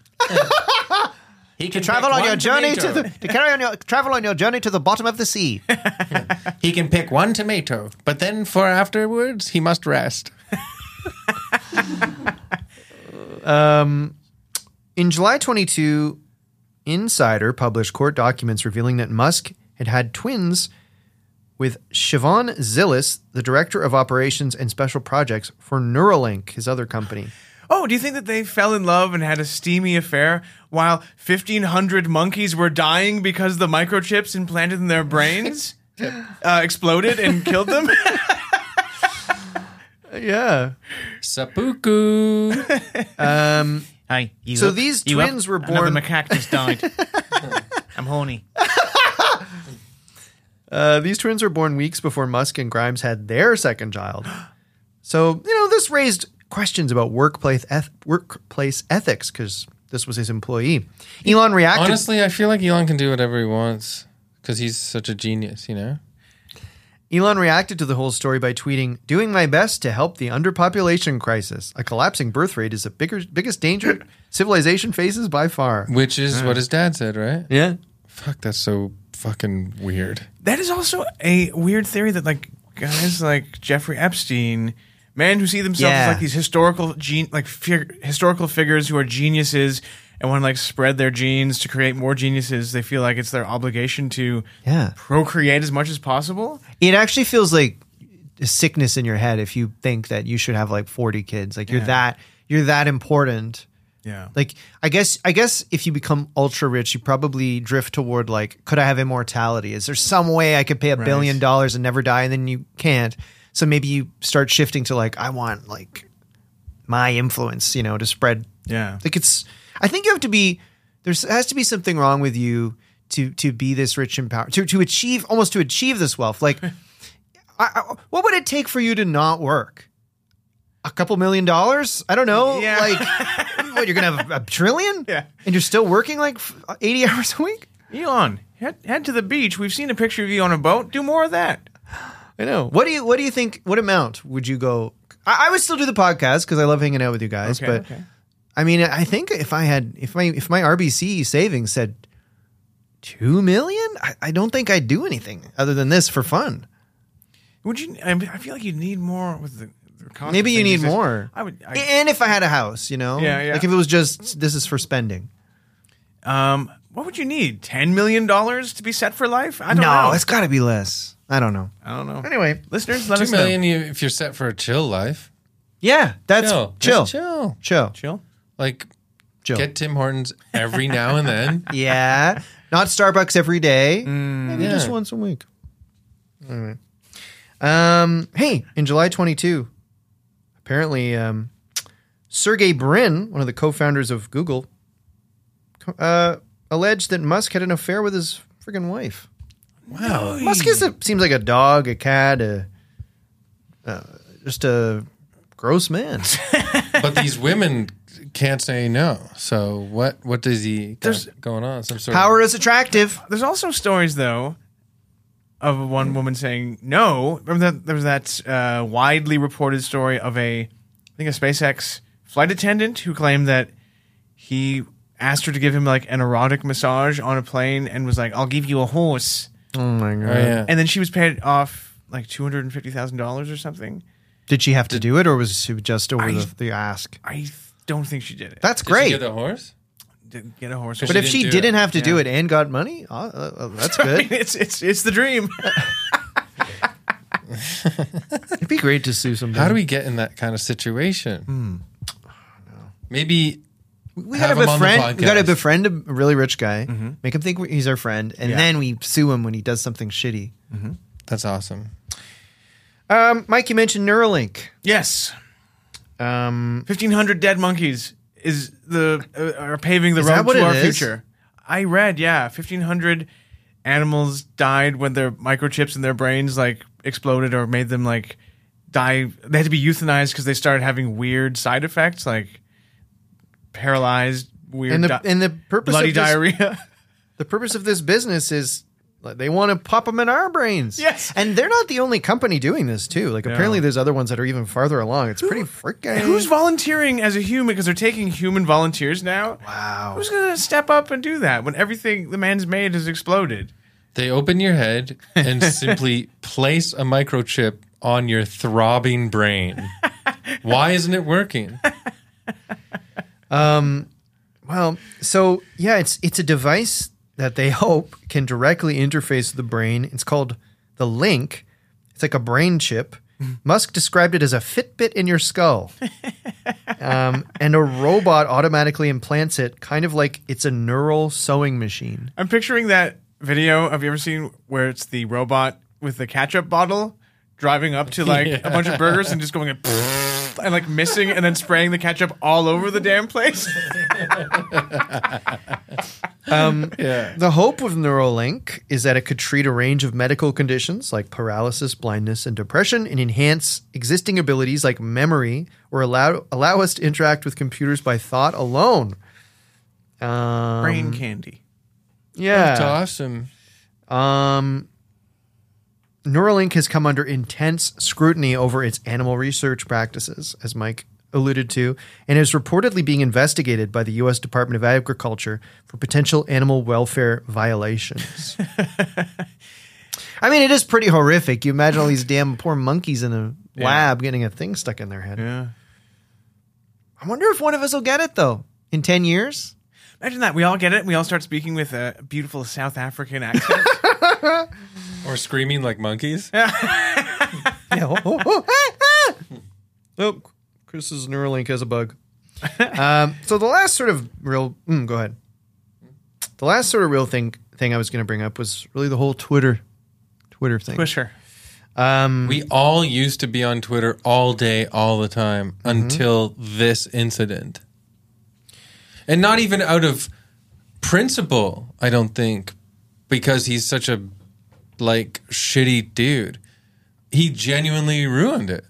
Speaker 5: He can
Speaker 4: Travel
Speaker 5: pick
Speaker 4: on
Speaker 5: one
Speaker 4: your journey to
Speaker 5: tomato.
Speaker 4: the to carry on your travel on your journey to the bottom of the sea.
Speaker 3: He can pick one tomato, but then for afterwards, he must rest.
Speaker 4: In July 22, Insider published court documents revealing that Musk had had twins with Siobhan Zillis, the director of operations and special projects for Neuralink, his other company.
Speaker 1: Oh, do you think that they fell in love and had a steamy affair while 1,500 monkeys were dying because the microchips implanted in their brains uh, exploded and killed them?
Speaker 4: Yeah.
Speaker 3: Seppuku.
Speaker 1: Hi, you
Speaker 4: So these twins were born
Speaker 1: macaque just died. I'm horny.
Speaker 4: Uh, these twins were born weeks before Musk and Grimes had their second child. So, you know, this raised questions about workplace, eth- workplace ethics because this was his employee. Elon reacted.
Speaker 3: Honestly, I feel like Elon can do whatever he wants because he's such a genius, you know?
Speaker 4: Elon reacted to the whole story by tweeting, "Doing my best to help the underpopulation crisis. A collapsing birth rate is the bigger, biggest danger civilization faces by far."
Speaker 3: Which is what his dad said, right?
Speaker 4: Yeah.
Speaker 3: Fuck, that's so fucking weird.
Speaker 1: That is also a weird theory that, like, guys like Jeffrey Epstein, men who see themselves
Speaker 4: Yeah.
Speaker 1: as like these historical, gen- like, fig- historical figures who are geniuses and want to like spread their genes to create more geniuses, they feel like it's their obligation to
Speaker 4: Yeah.
Speaker 1: procreate as much as possible.
Speaker 4: It actually feels like a sickness in your head if you think that you should have like 40 kids. Like you're
Speaker 1: Yeah.
Speaker 4: that you're that important.
Speaker 1: Yeah.
Speaker 4: Like I guess I guess if you become ultra rich, you probably drift toward like, could I have immortality? Is there some way I could pay a billion dollars and never die? And then you can't. So maybe you start shifting to like, I want like my influence, you know, to spread.
Speaker 1: Yeah.
Speaker 4: Like it's I think you have to be there's has to be something wrong with you to to be this rich and power to to achieve almost to achieve this wealth. Like I, I, what would it take for you to not work? A couple million dollars? I don't know.
Speaker 1: Yeah.
Speaker 4: Like what you're gonna have a trillion?
Speaker 1: Yeah.
Speaker 4: And you're still working like f- eighty hours a week?
Speaker 1: Elon, head, head to the beach. We've seen a picture of you on a boat. Do more of that.
Speaker 4: I know. What do you What do you think? What amount would you go? I, I would still do the podcast because I love hanging out with you guys.
Speaker 1: Okay,
Speaker 4: but
Speaker 1: okay.
Speaker 4: I mean, I think if I had if my if my RBC savings said two million, I, I don't think I'd do anything other than this for fun.
Speaker 1: Would you? I, mean, I feel like you need more with the. the cost of
Speaker 4: Maybe you
Speaker 1: things
Speaker 4: need
Speaker 1: these days.
Speaker 4: more.
Speaker 1: I would. I,
Speaker 4: and if I had a house, you know,
Speaker 1: Yeah, yeah.
Speaker 4: like if it was just this is for spending.
Speaker 1: um, what would you need? Ten million dollars to be set for life? I don't
Speaker 4: No,
Speaker 1: know.
Speaker 4: it's got to be less. I don't know.
Speaker 1: I don't know.
Speaker 4: Anyway,
Speaker 1: Listeners, let
Speaker 3: Two
Speaker 1: us know.
Speaker 3: million you, if you're set for a chill life.
Speaker 4: yeah, that's
Speaker 3: Chill.
Speaker 4: chill,
Speaker 3: Just chill.
Speaker 4: chill,
Speaker 1: Chill.
Speaker 3: Like
Speaker 4: chill.
Speaker 3: get Tim Hortons every now and then.
Speaker 4: yeah, not Starbucks every day. Maybe
Speaker 3: Yeah.
Speaker 4: just once a week. All right. Um, hey, in July 22, apparently um, Sergey Brin, one of the co-founders of Google, co- uh, alleged that Musk had an affair with his friggin' wife.
Speaker 3: Wow.
Speaker 4: Musk is a, seems like a dog, a cat, a, uh, just a gross man.
Speaker 3: But these women can't say no. So what what does he got going on? Some sort
Speaker 4: Power
Speaker 3: of
Speaker 4: is attractive.
Speaker 1: There's also stories though of one woman saying no. Remember that there was that uh, widely reported story of a I think a SpaceX flight attendant who claimed that he asked her to give him like an erotic massage on a plane and was like, "I'll give you a horse,"
Speaker 4: Oh my god!
Speaker 3: Oh, yeah.
Speaker 1: and then she was paid off like two hundred and fifty thousand dollars or something.
Speaker 4: Did she have to do it, or was she just over
Speaker 1: I-
Speaker 4: the, the ask?
Speaker 1: I th- don't think she did it.
Speaker 4: That's
Speaker 3: Did she
Speaker 4: great.
Speaker 3: get the horse?
Speaker 1: Didn't get a horse.
Speaker 3: But
Speaker 4: But
Speaker 3: she
Speaker 4: if she
Speaker 3: didn't do
Speaker 4: didn't
Speaker 3: it.
Speaker 4: have to do it and got money, uh, uh, uh, that's good.
Speaker 1: it's it's it's the dream.
Speaker 4: It'd be great to sue somebody.
Speaker 3: How do we get in that kind of situation?
Speaker 4: Hmm.
Speaker 3: Maybe
Speaker 4: we
Speaker 3: have
Speaker 4: gotta
Speaker 3: him on the
Speaker 4: befriend? We gotta
Speaker 3: podcast? Mm-hmm.
Speaker 4: befriend a really rich guy, make him think we- he's our friend, and then we sue him when he does something shitty.
Speaker 3: that's awesome.
Speaker 4: Um, Mike, you mentioned Neuralink.
Speaker 1: yes,
Speaker 4: Um,
Speaker 1: Fifteen hundred dead monkeys is the uh, are paving the
Speaker 4: Is that
Speaker 1: road
Speaker 4: what
Speaker 1: to
Speaker 4: it
Speaker 1: our
Speaker 4: is?
Speaker 1: future. I read, yeah, fifteen hundred animals died when their microchips in their brains like exploded or made them like die. They had to be euthanized because they started having weird side effects, like paralyzed, weird,
Speaker 4: and
Speaker 1: di-
Speaker 4: the and the purpose
Speaker 1: bloody
Speaker 4: of this,
Speaker 1: diarrhea.
Speaker 4: the purpose of this business is like, they want to pop them in our brains.
Speaker 1: Yes.
Speaker 4: and they're not the only company doing this too. Like apparently, there's other ones that are even farther along. It's pretty freaking.
Speaker 1: Who's volunteering as a human? Because they're taking human volunteers now.
Speaker 4: wow?
Speaker 1: Who's gonna step up and do that when everything the man's made has exploded?
Speaker 3: They open your head and simply place a microchip on your throbbing brain. Why isn't it working?
Speaker 4: Well, so yeah, it's it's a device that they hope can directly interface with the brain. It's called the Link. It's like a brain chip. Musk described it as a Fitbit in your skull, um, and a robot automatically implants it, kind of like it's a neural sewing machine.
Speaker 1: I'm picturing that video. Have you ever seen where it's the robot with the ketchup bottle driving up to like a bunch of burgers and just going and, and like missing and then spraying the ketchup all over the damn place?
Speaker 3: Yeah.
Speaker 4: The hope with Neuralink is that it could treat a range of medical conditions like paralysis, blindness, and depression, and enhance existing abilities like memory, or allow allow us to interact with computers by thought alone. Um,
Speaker 1: Brain candy.
Speaker 3: It's
Speaker 4: yeah.
Speaker 3: awesome.
Speaker 4: Um, Neuralink has come under intense scrutiny over its animal research practices, as Mike alluded to, and is reportedly being investigated by the U.S. Department of Agriculture for potential animal welfare violations. I mean, it is pretty horrific. You imagine all these damn poor monkeys in a lab getting a thing stuck in their head.
Speaker 1: Yeah.
Speaker 4: I wonder if one of us will get it though in ten years.
Speaker 1: Imagine that. We all get it. We all start speaking with a beautiful South African accent.
Speaker 3: Or screaming like monkeys.
Speaker 4: Yeah. Oh, oh, oh, ah, ah. Oh, Chris's Neuralink has a bug. um, so the last sort of real, mm, go ahead. The last sort of real thing thing I was going to bring up was really the whole Twitter, Twitter thing.
Speaker 1: Pusher.
Speaker 3: We all used to be on Twitter all day, all the time
Speaker 4: Mm-hmm.
Speaker 3: until this incident. And not even out of principle, I don't think, because he's such a like shitty dude. He genuinely ruined it.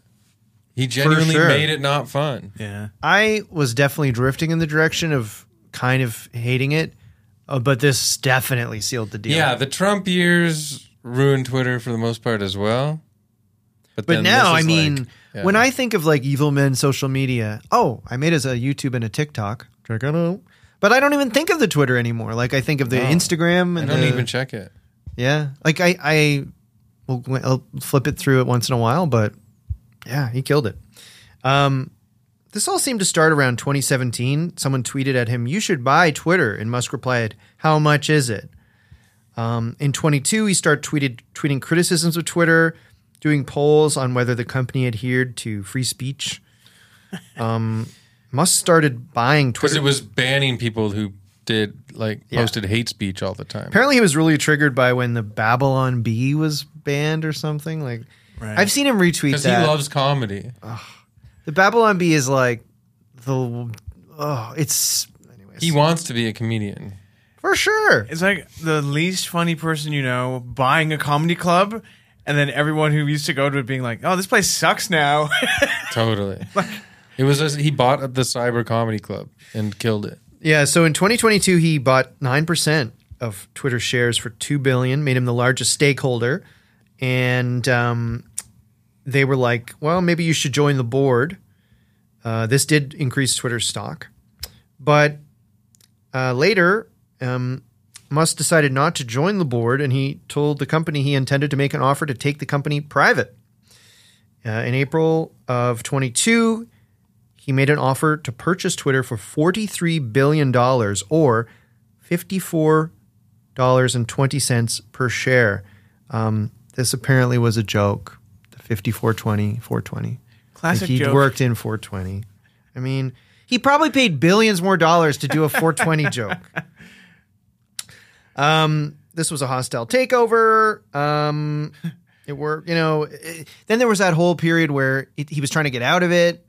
Speaker 3: He genuinely
Speaker 4: sure.
Speaker 3: made it not fun.
Speaker 1: Yeah.
Speaker 4: I was definitely drifting in the direction of kind of hating it, uh, but this definitely sealed the deal.
Speaker 3: Yeah, the Trump years ruined Twitter for the most part as well.
Speaker 4: But
Speaker 3: then
Speaker 4: now,
Speaker 3: this
Speaker 4: I
Speaker 3: is
Speaker 4: mean,
Speaker 3: like- yeah.
Speaker 4: when I think of like evil men social media, oh, I made as a YouTube and a TikTok. Check it out. But I don't even think of the Twitter anymore. Like I think of the Instagram
Speaker 3: I
Speaker 4: and
Speaker 3: don't
Speaker 4: the-
Speaker 3: even check it.
Speaker 4: yeah. Like I I will I'll flip it through it once in a while, but yeah, he killed it. Um, this all seemed to start around 2017. Someone tweeted at him, "You should buy Twitter," and Musk replied, "How much is it?" Um, in 22, he started tweeted, tweeting criticisms of Twitter, doing polls on whether the company adhered to free speech. Um, Musk started buying
Speaker 3: Because
Speaker 4: Twitter.
Speaker 3: it was banning people who did like posted hate speech all the time.
Speaker 4: Apparently, he was really triggered by when the Babylon Bee was banned or something. Like,
Speaker 1: Right.
Speaker 4: I've seen him retweet
Speaker 3: Because he
Speaker 4: that.
Speaker 3: loves comedy.
Speaker 4: the Babylon Bee is like the oh, it's anyways
Speaker 3: He wants to be a comedian.
Speaker 4: for sure.
Speaker 1: It's like the least funny person you know buying a comedy club, and then everyone who used to go to it being like, "Oh, this place sucks now."
Speaker 3: Totally. it was just, he bought the Cyber Comedy Club and killed it.
Speaker 4: Yeah. So in 2022, he bought nine percent of Twitter shares for two billion, made him the largest stakeholder, and um, they were like, "Well, maybe you should join the board." Uh, this did increase Twitter's stock, but uh, later, um, Musk decided not to join the board, and he told the company he intended to make an offer to take the company private. Uh, in April of 22, he made an offer to purchase Twitter for $43 billion or $54.20 per share. Um, this apparently was a joke. The 5420, 420.
Speaker 1: Classic
Speaker 4: like he
Speaker 1: joke.
Speaker 4: worked in 420. I mean, he probably paid billions more dollars to do a 420 joke. Um, this was a hostile takeover. Um, it worked, you know. It, then there was that whole period where it, he was trying to get out of it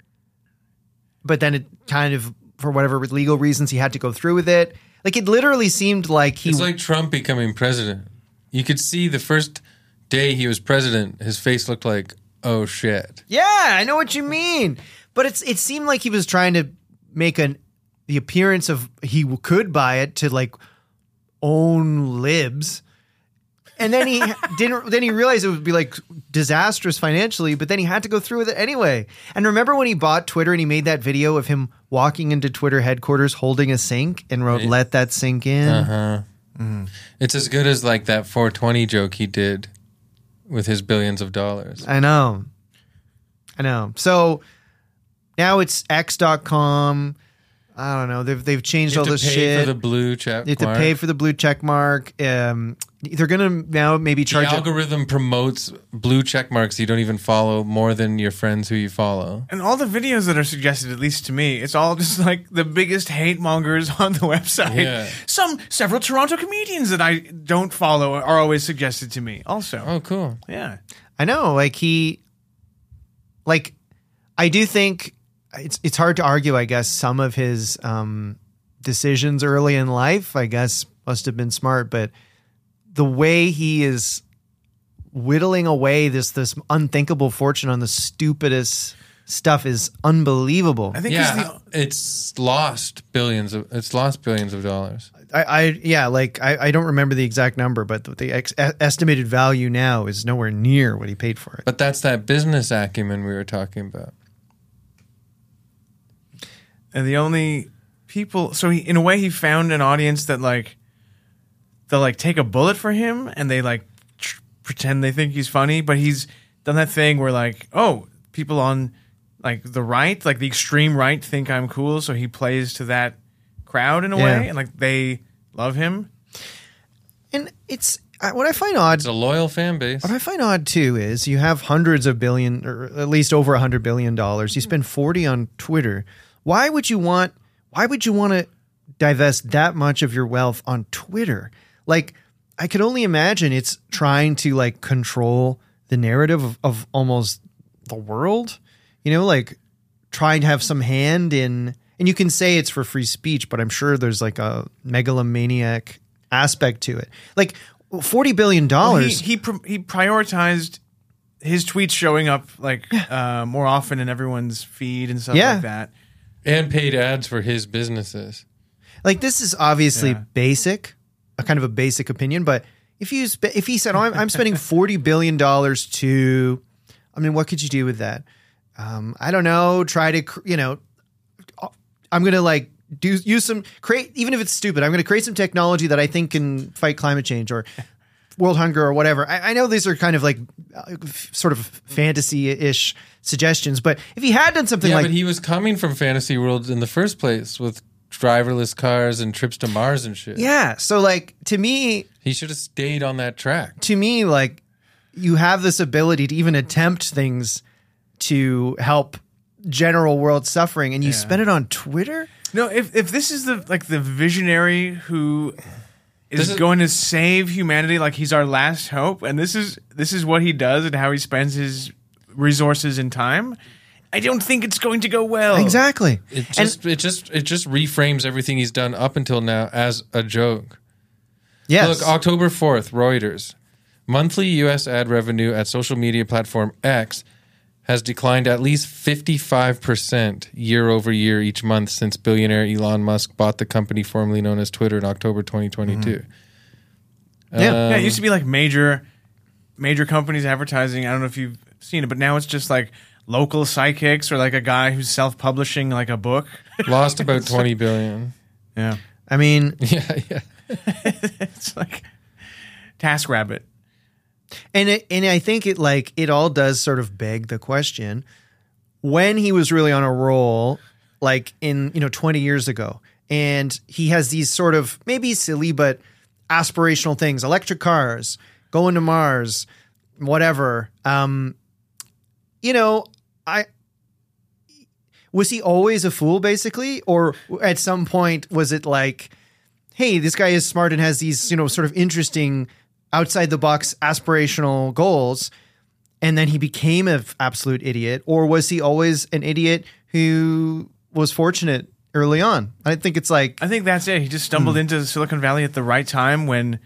Speaker 4: but then it kind of for whatever legal reasons he had to go through with it like it literally seemed like he
Speaker 3: It's like Trump becoming president. You could see the first day he was president, his face looked like, oh shit.
Speaker 4: yeah i know what you mean but it's it seemed like he was trying to make an the appearance of he w- could buy it to like own libs and then he didn't then he realized it would be like disastrous financially but then he had to go through with it anyway and remember when he bought twitter and he made that video of him walking into twitter headquarters holding a sink and wrote let that sink in
Speaker 3: It's as good as like that 420 joke he did with his billions of dollars.
Speaker 4: I know. I know. So now it's x.com. I don't know. They've they've changed
Speaker 3: You
Speaker 4: all
Speaker 3: have to
Speaker 4: this
Speaker 3: pay
Speaker 4: shit.
Speaker 3: for the blue check
Speaker 4: you have to
Speaker 3: mark.
Speaker 4: pay for the blue check mark. Um, they're gonna now maybe
Speaker 3: the
Speaker 4: charge. you-
Speaker 3: algorithm promotes blue check marks you don't even follow more than your friends who you follow.
Speaker 1: and all the videos that are suggested, at least to me, it's all just like the biggest hate mongers on the website.
Speaker 3: Yeah.
Speaker 1: Some several Toronto comedians that I don't follow are always suggested to me. Also,
Speaker 3: Oh, cool.
Speaker 1: yeah,
Speaker 4: I know. Like he, like I do think it's it's hard to argue. I guess some of his um, decisions early in life, I guess, must have been smart, but the way he is whittling away this this unthinkable fortune on the stupidest stuff is unbelievable.
Speaker 1: I think he's the
Speaker 3: Yeah, it's lost billions of it's lost billions of dollars.
Speaker 4: I, I yeah, like I, I don't remember the exact number, but the, the ex- e- estimated value now is nowhere near what he paid for it.
Speaker 3: But that's that business acumen we were talking about.
Speaker 1: and the only people so he in a way he found an audience that like they'll like take a bullet for him and they like tr- pretend they think he's funny but he's done that thing where like oh people on like the right like the extreme right think i'm cool so he plays to that crowd in a
Speaker 4: Yeah.
Speaker 1: way, and like they love him.
Speaker 4: And it's I- what I find odd.
Speaker 3: It's a loyal fan base.
Speaker 4: What I find odd too is you have hundreds of billion, or at least over a hundred billion dollars. You spend forty on Twitter. Why would you want? Why would you want to divest that much of your wealth on Twitter? Like, I could only imagine it's trying to like control the narrative of, of almost the world. You know, like try and have some hand in. And you can say it's for free speech, but I'm sure there's like a megalomaniac aspect to it. Like forty billion
Speaker 1: He
Speaker 4: dollars.
Speaker 1: he, pr- he prioritized his tweets showing up like uh, more often in everyone's feed and stuff
Speaker 4: Yeah.
Speaker 1: like that.
Speaker 3: and paid ads for his businesses.
Speaker 4: like this is obviously
Speaker 1: Yeah.
Speaker 4: basic, a kind of a basic opinion, but if you spe- if he said, oh, I'm, "I'm spending forty billion dollars to," I mean, what could you do with that? Um, I don't know. Try to cr- you know, uh, I'm gonna like do use some create even if it's stupid. I'm gonna create some technology that I think can fight climate change or world hunger or whatever. I, I know these are kind of like uh, f- sort of fantasy ish suggestions, but if he had done something
Speaker 3: Yeah,
Speaker 4: like
Speaker 3: but he was coming from fantasy world in the first place with driverless cars and trips to Mars and shit.
Speaker 4: yeah, so like to me,
Speaker 3: He should have stayed on that track.
Speaker 4: to me, like you have this ability to even attempt things to help general world suffering, and you spend it on Twitter.
Speaker 1: No, if if this is the like the visionary who is,
Speaker 3: This is-
Speaker 1: going to save humanity, like he's our last hope, and this is this is what he does and how he spends his resources and time. I don't think it's going to go well.
Speaker 4: Exactly.
Speaker 3: Oh. It just it just it just reframes everything he's done up until now as a joke.
Speaker 4: Yes.
Speaker 3: Look, October 4th, Reuters. Monthly US ad revenue at social media platform X has declined at least 55% year over year each month since billionaire Elon Musk bought the company formerly known as Twitter in October 2022. Uh,
Speaker 4: yeah.
Speaker 1: Yeah, it
Speaker 3: Um,
Speaker 1: used to be like major major companies advertising. I don't know if you've seen it, but now it's just like local psychics or like a guy who's self-publishing like a book.
Speaker 3: Lost about 20 billion.
Speaker 1: Yeah.
Speaker 4: I mean,
Speaker 3: Yeah, yeah.
Speaker 1: It's like Task Rabbit.
Speaker 4: and it, and I think it like it all does sort of beg the question when he was really on a roll, like in you know twenty years ago, and he has these sort of maybe silly but aspirational things: electric cars, going to Mars, whatever. Um, you know, I was he always a fool, basically, or at some point was it like, hey, this guy is smart and has these you know sort of interesting outside the box aspirational goals and then he became an absolute idiot or was he always an idiot who was fortunate early on i think it's like
Speaker 1: I think that's it. He just stumbled into Silicon Valley at the right time when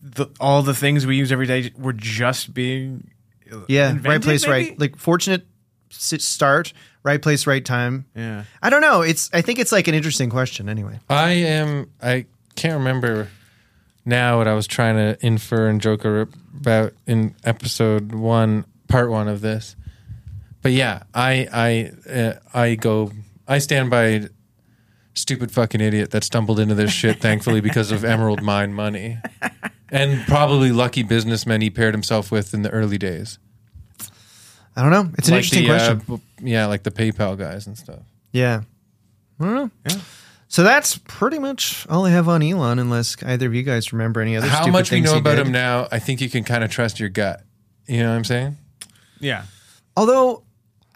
Speaker 1: the, all the things we use every day were just being
Speaker 4: yeah right
Speaker 1: invented,
Speaker 4: place
Speaker 1: maybe?
Speaker 4: right like fortunate s- start right place right time
Speaker 1: Yeah.
Speaker 4: i don't know it's i think it's like an interesting question anyway
Speaker 3: I am. I can't remember now what I was trying to infer and joke ar- about in episode one, part one of this. But yeah, I I uh, I go. I stand by stupid fucking idiot that stumbled into this shit. thankfully, because of Emerald Mine money, and probably lucky businessmen he paired himself with in the early days.
Speaker 4: i don't know it's an interesting
Speaker 3: the,
Speaker 4: question
Speaker 3: Uh, b- yeah, like the PayPal guys and stuff.
Speaker 4: yeah i don't know so that's pretty much all i have on elon unless either of you guys remember any other
Speaker 3: How
Speaker 4: stupid
Speaker 3: much we
Speaker 4: things
Speaker 3: know
Speaker 4: he
Speaker 3: about
Speaker 4: did.
Speaker 3: him now, I think you can kind of trust your gut. You know what I'm saying?
Speaker 1: Yeah.
Speaker 4: Although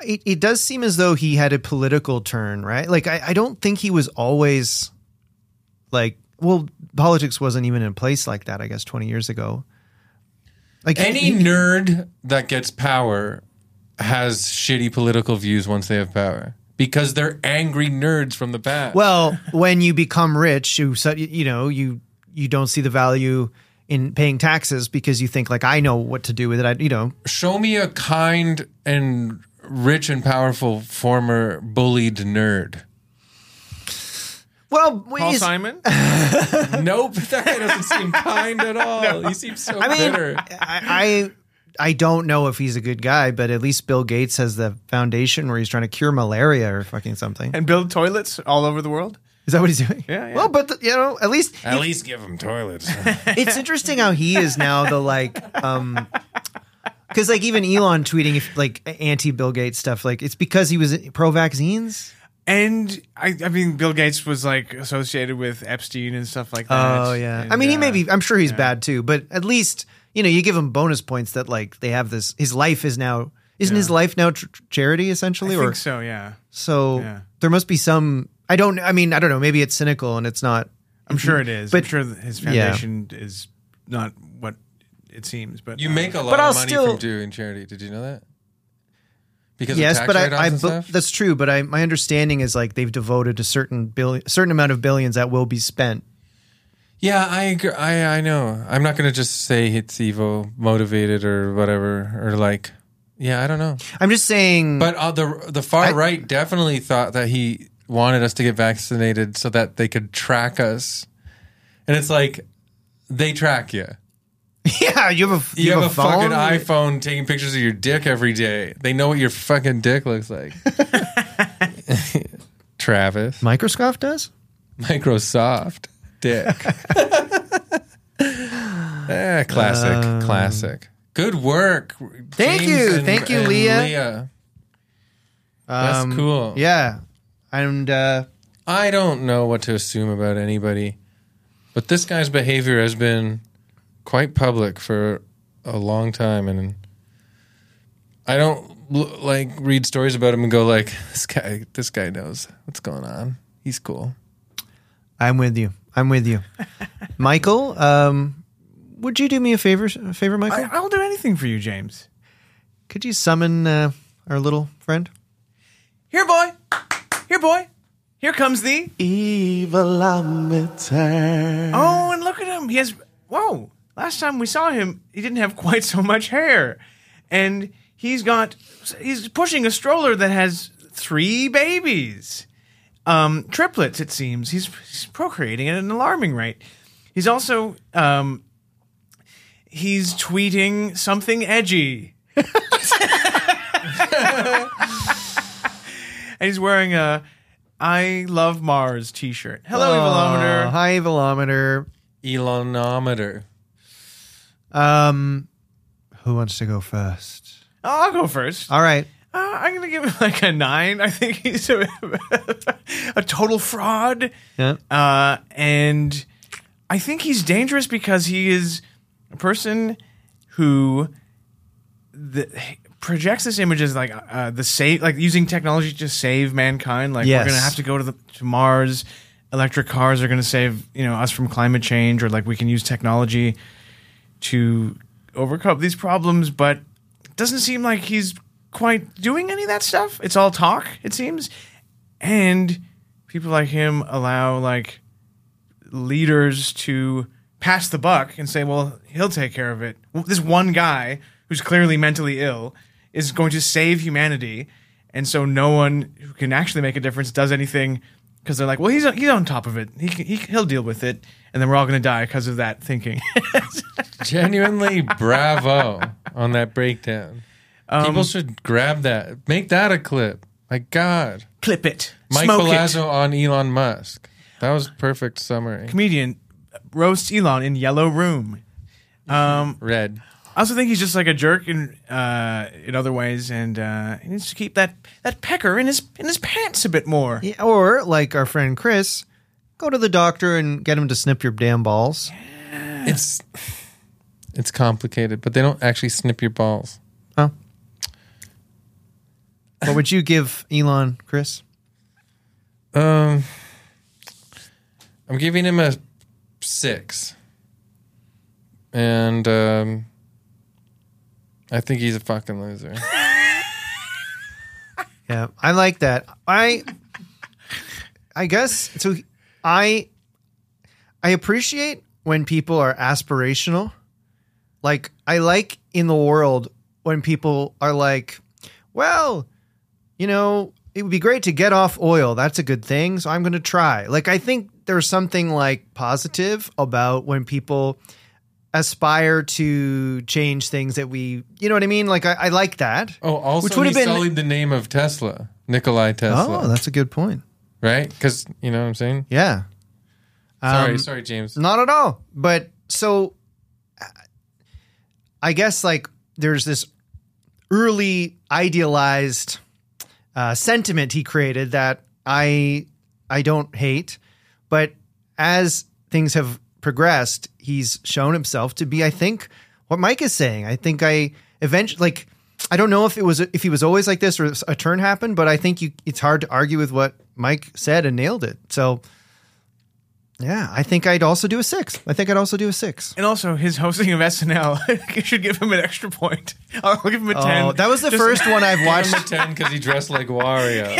Speaker 4: it, it does seem as though he had a political turn, right? Like I, I don't think he was always like well, politics wasn't even in place like that, I guess, twenty years ago. Like
Speaker 3: Any
Speaker 4: he-
Speaker 3: nerd that gets power has shitty political views once they have power because they're angry nerds from the past.
Speaker 4: well, when you become rich, you so- you know, you you don't see the value in paying taxes because you think like I know what to do with it. I you know,
Speaker 3: show me a kind and rich and powerful former bullied nerd.
Speaker 4: well,
Speaker 1: Paul
Speaker 4: is-
Speaker 1: Simon?
Speaker 3: nope, that guy doesn't seem kind at all. He seems so
Speaker 4: I mean,
Speaker 3: bitter.
Speaker 4: I, I I don't know if he's a good guy, but at least Bill Gates has the foundation where he's trying to cure malaria or fucking something.
Speaker 1: and build toilets all over the world?
Speaker 4: Is that what he's doing?
Speaker 1: Yeah, yeah.
Speaker 4: Well, but the, you know, at least
Speaker 3: At least give him toilets.
Speaker 4: it's interesting how he is now the like, um, because like even Elon tweeting if like anti Bill Gates stuff, like it's because he was pro vaccines.
Speaker 1: And I, I mean, Bill Gates was like associated with Epstein and stuff like that.
Speaker 4: Oh yeah.
Speaker 1: And,
Speaker 4: I mean, he
Speaker 1: uh,
Speaker 4: may be. I'm sure he's bad too, but at least you know you give him bonus points that like they have this. His life is now. Isn't his life now tr- tr- charity
Speaker 1: I
Speaker 4: essentially? or
Speaker 1: think so. Yeah,
Speaker 4: so
Speaker 1: Yeah.
Speaker 4: there must be some. I don't. I mean, I don't know. Maybe it's cynical and it's not.
Speaker 1: I'm sure it is.
Speaker 4: But-
Speaker 1: I'm sure that his foundation is not what it seems. But
Speaker 3: You
Speaker 1: uh,
Speaker 3: make a lot
Speaker 4: But
Speaker 3: of
Speaker 4: I'll
Speaker 3: money
Speaker 4: still-
Speaker 3: from doing charity. Did you know that? Because
Speaker 4: yes,
Speaker 3: of tax
Speaker 4: but I.
Speaker 3: write-offs
Speaker 4: I
Speaker 3: and
Speaker 4: bu-
Speaker 3: stuff?
Speaker 4: that's true. But I. My understanding is like they've devoted a certain billion, certain amount of billions that will be spent.
Speaker 3: Yeah, I agree. I I know. I'm not gonna just say it's evil motivated or whatever or like. Yeah, I don't know.
Speaker 4: I'm just saying.
Speaker 3: But uh, the the far
Speaker 4: I-
Speaker 3: right definitely thought that he wanted us to get vaccinated so that they could track us, and it's like they track you.
Speaker 4: yeah, you have a
Speaker 3: You, have, a,
Speaker 4: phone?
Speaker 3: fucking iPhone taking pictures of your dick every day. They know what your fucking dick looks like. Travis,
Speaker 4: Microsoft does.
Speaker 3: Microsoft dick. Eh, classic, classic. Good work.
Speaker 4: Um, Thank
Speaker 3: James
Speaker 4: you, thank you, Leah.
Speaker 3: That's
Speaker 4: Um,
Speaker 3: cool.
Speaker 4: Yeah, and uh,
Speaker 3: I don't know what to assume about anybody, but this guy's behavior has been quite public for a long time, and I don't l- like read stories about him and go like, "This guy, this guy knows what's going on. He's cool."
Speaker 4: I'm with you. I'm with you. Michael, um, would you do me a favor, a favor, Michael?
Speaker 1: I, will do anything for you, James.
Speaker 4: Could you summon uh, our little friend?
Speaker 1: Here, boy. Here, boy. Here comes thee.
Speaker 2: Evil Omniturn.
Speaker 1: Oh, and look at him. He has. Whoa. Last time we saw him, he didn't have quite so much hair. And he's got. He's pushing a stroller that has three babies. Um, triplets, it seems. He's, he's procreating at an alarming rate. He's also. Um, he's tweeting something edgy. and he's wearing a I love Mars t shirt. Hello, Evilometer.
Speaker 4: Oh, hi, Evilometer.
Speaker 3: Elonometer.
Speaker 4: Um, who wants to go first?
Speaker 1: I'll go first. Uh,
Speaker 4: All right.
Speaker 1: I'm going to give him like a nine. I think he's a, a total fraud.
Speaker 4: Yeah.
Speaker 1: Uh, and I think he's dangerous because he is a person who the, projects this image as like uh, the save, like using technology to save mankind. Like
Speaker 4: Yes.
Speaker 1: we're gonna have to go to the to Mars. Electric cars are gonna save you know us from climate change, or like we can use technology to overcome these problems. But it doesn't seem like he's quite doing any of that stuff. It's all talk, it seems, and people like him allow like leaders to pass the buck and say, well, he'll take care of it. Well, This one guy who's clearly mentally ill is going to save humanity. And so no one who can actually make a difference does anything because they're like, well, he's, he's on top of it. He, can- he, he'll deal with it. And then we're all going to die because of that thinking.
Speaker 3: Genuinely bravo on that breakdown.
Speaker 4: Um,
Speaker 3: People should grab that. Make that a clip. My God.
Speaker 1: Clip it.
Speaker 3: Mike
Speaker 1: Smoke it.
Speaker 3: Palazzo on Elon Musk. That was perfect summary.
Speaker 1: Comedian roast Elon in Yellow Room.
Speaker 3: Red.
Speaker 1: I also think he's just like a jerk in uh, in other ways, and uh, he needs to keep that, that pecker in his in his pants a bit more.
Speaker 4: Yeah, Or like our friend Chris, go to the doctor and get him to snip your damn balls.
Speaker 3: It's it's complicated, but they don't actually snip your balls.
Speaker 4: Huh? What would you give Elon, Chris?
Speaker 3: Um, I'm giving him a six, and um, I think he's a fucking loser.
Speaker 4: Yeah, I like that. I I guess so I I appreciate when people are aspirational. Like I like in the world when people are like, well, you know, it would be great to get off oil. That's a good thing. So I'm going to try. Like I think there's something like positive about when people aspire to change things that we, you know what I mean? Like I, I like that.
Speaker 3: Oh, also
Speaker 4: Which would
Speaker 3: he
Speaker 4: have been-
Speaker 3: sullied the name of Tesla, Nikolai Tesla,
Speaker 4: Oh, that's a good point.
Speaker 3: right? Because you know what I'm saying.
Speaker 4: Yeah.
Speaker 3: Sorry,
Speaker 4: Um,
Speaker 3: sorry, James.
Speaker 4: Not at all. But so I guess like there's this early idealized uh, sentiment he created that I I don't hate, but as things have progressed, he's shown himself to be I think what Mike is saying. I think I eventually like I don't know if it was if he was always like this or a turn happened, but I think you it's hard to argue with what Mike said and nailed it. So yeah, I think I'd also do a 6. I think I'd also do a 6.
Speaker 1: And also, his hosting of SNL, I think you should give him an extra point. I'll give him a 10.
Speaker 4: Oh, that was the first one I've watched.
Speaker 3: Number 10 because he dressed like Wario.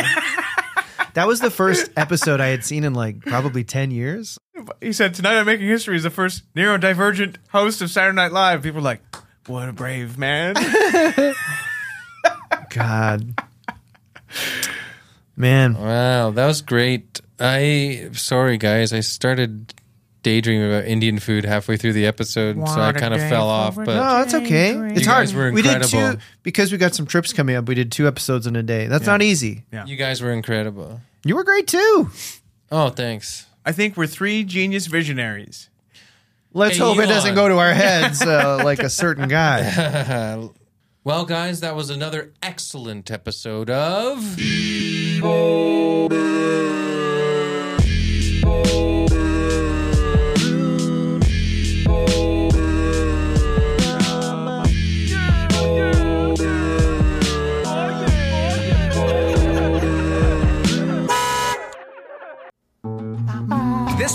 Speaker 4: That was the first episode I had seen in like probably 10 years.
Speaker 1: He said, Tonight I'm making history as the first neurodivergent host of Saturday Night Live. People were like, What a brave man.
Speaker 4: God. Man,
Speaker 3: Wow, that was great. I sorry guys, I started daydreaming about Indian food halfay through the episode, so I kind of fell off. But
Speaker 4: no, it's okay. It's
Speaker 3: You
Speaker 4: hard.
Speaker 3: guys were
Speaker 4: we did two
Speaker 3: incredible.
Speaker 4: because we got some trips coming up. We did two episodes in a day. That's not easy.
Speaker 3: you guys were incredible.
Speaker 4: You were great too.
Speaker 3: Oh, thanks.
Speaker 1: I think we're three genius visionaries.
Speaker 4: Let's
Speaker 3: Hey,
Speaker 4: hope it
Speaker 3: Elon.
Speaker 4: doesn't go to our heads uh, like a certain guy.
Speaker 3: Well, guys, that was another excellent episode of.
Speaker 6: This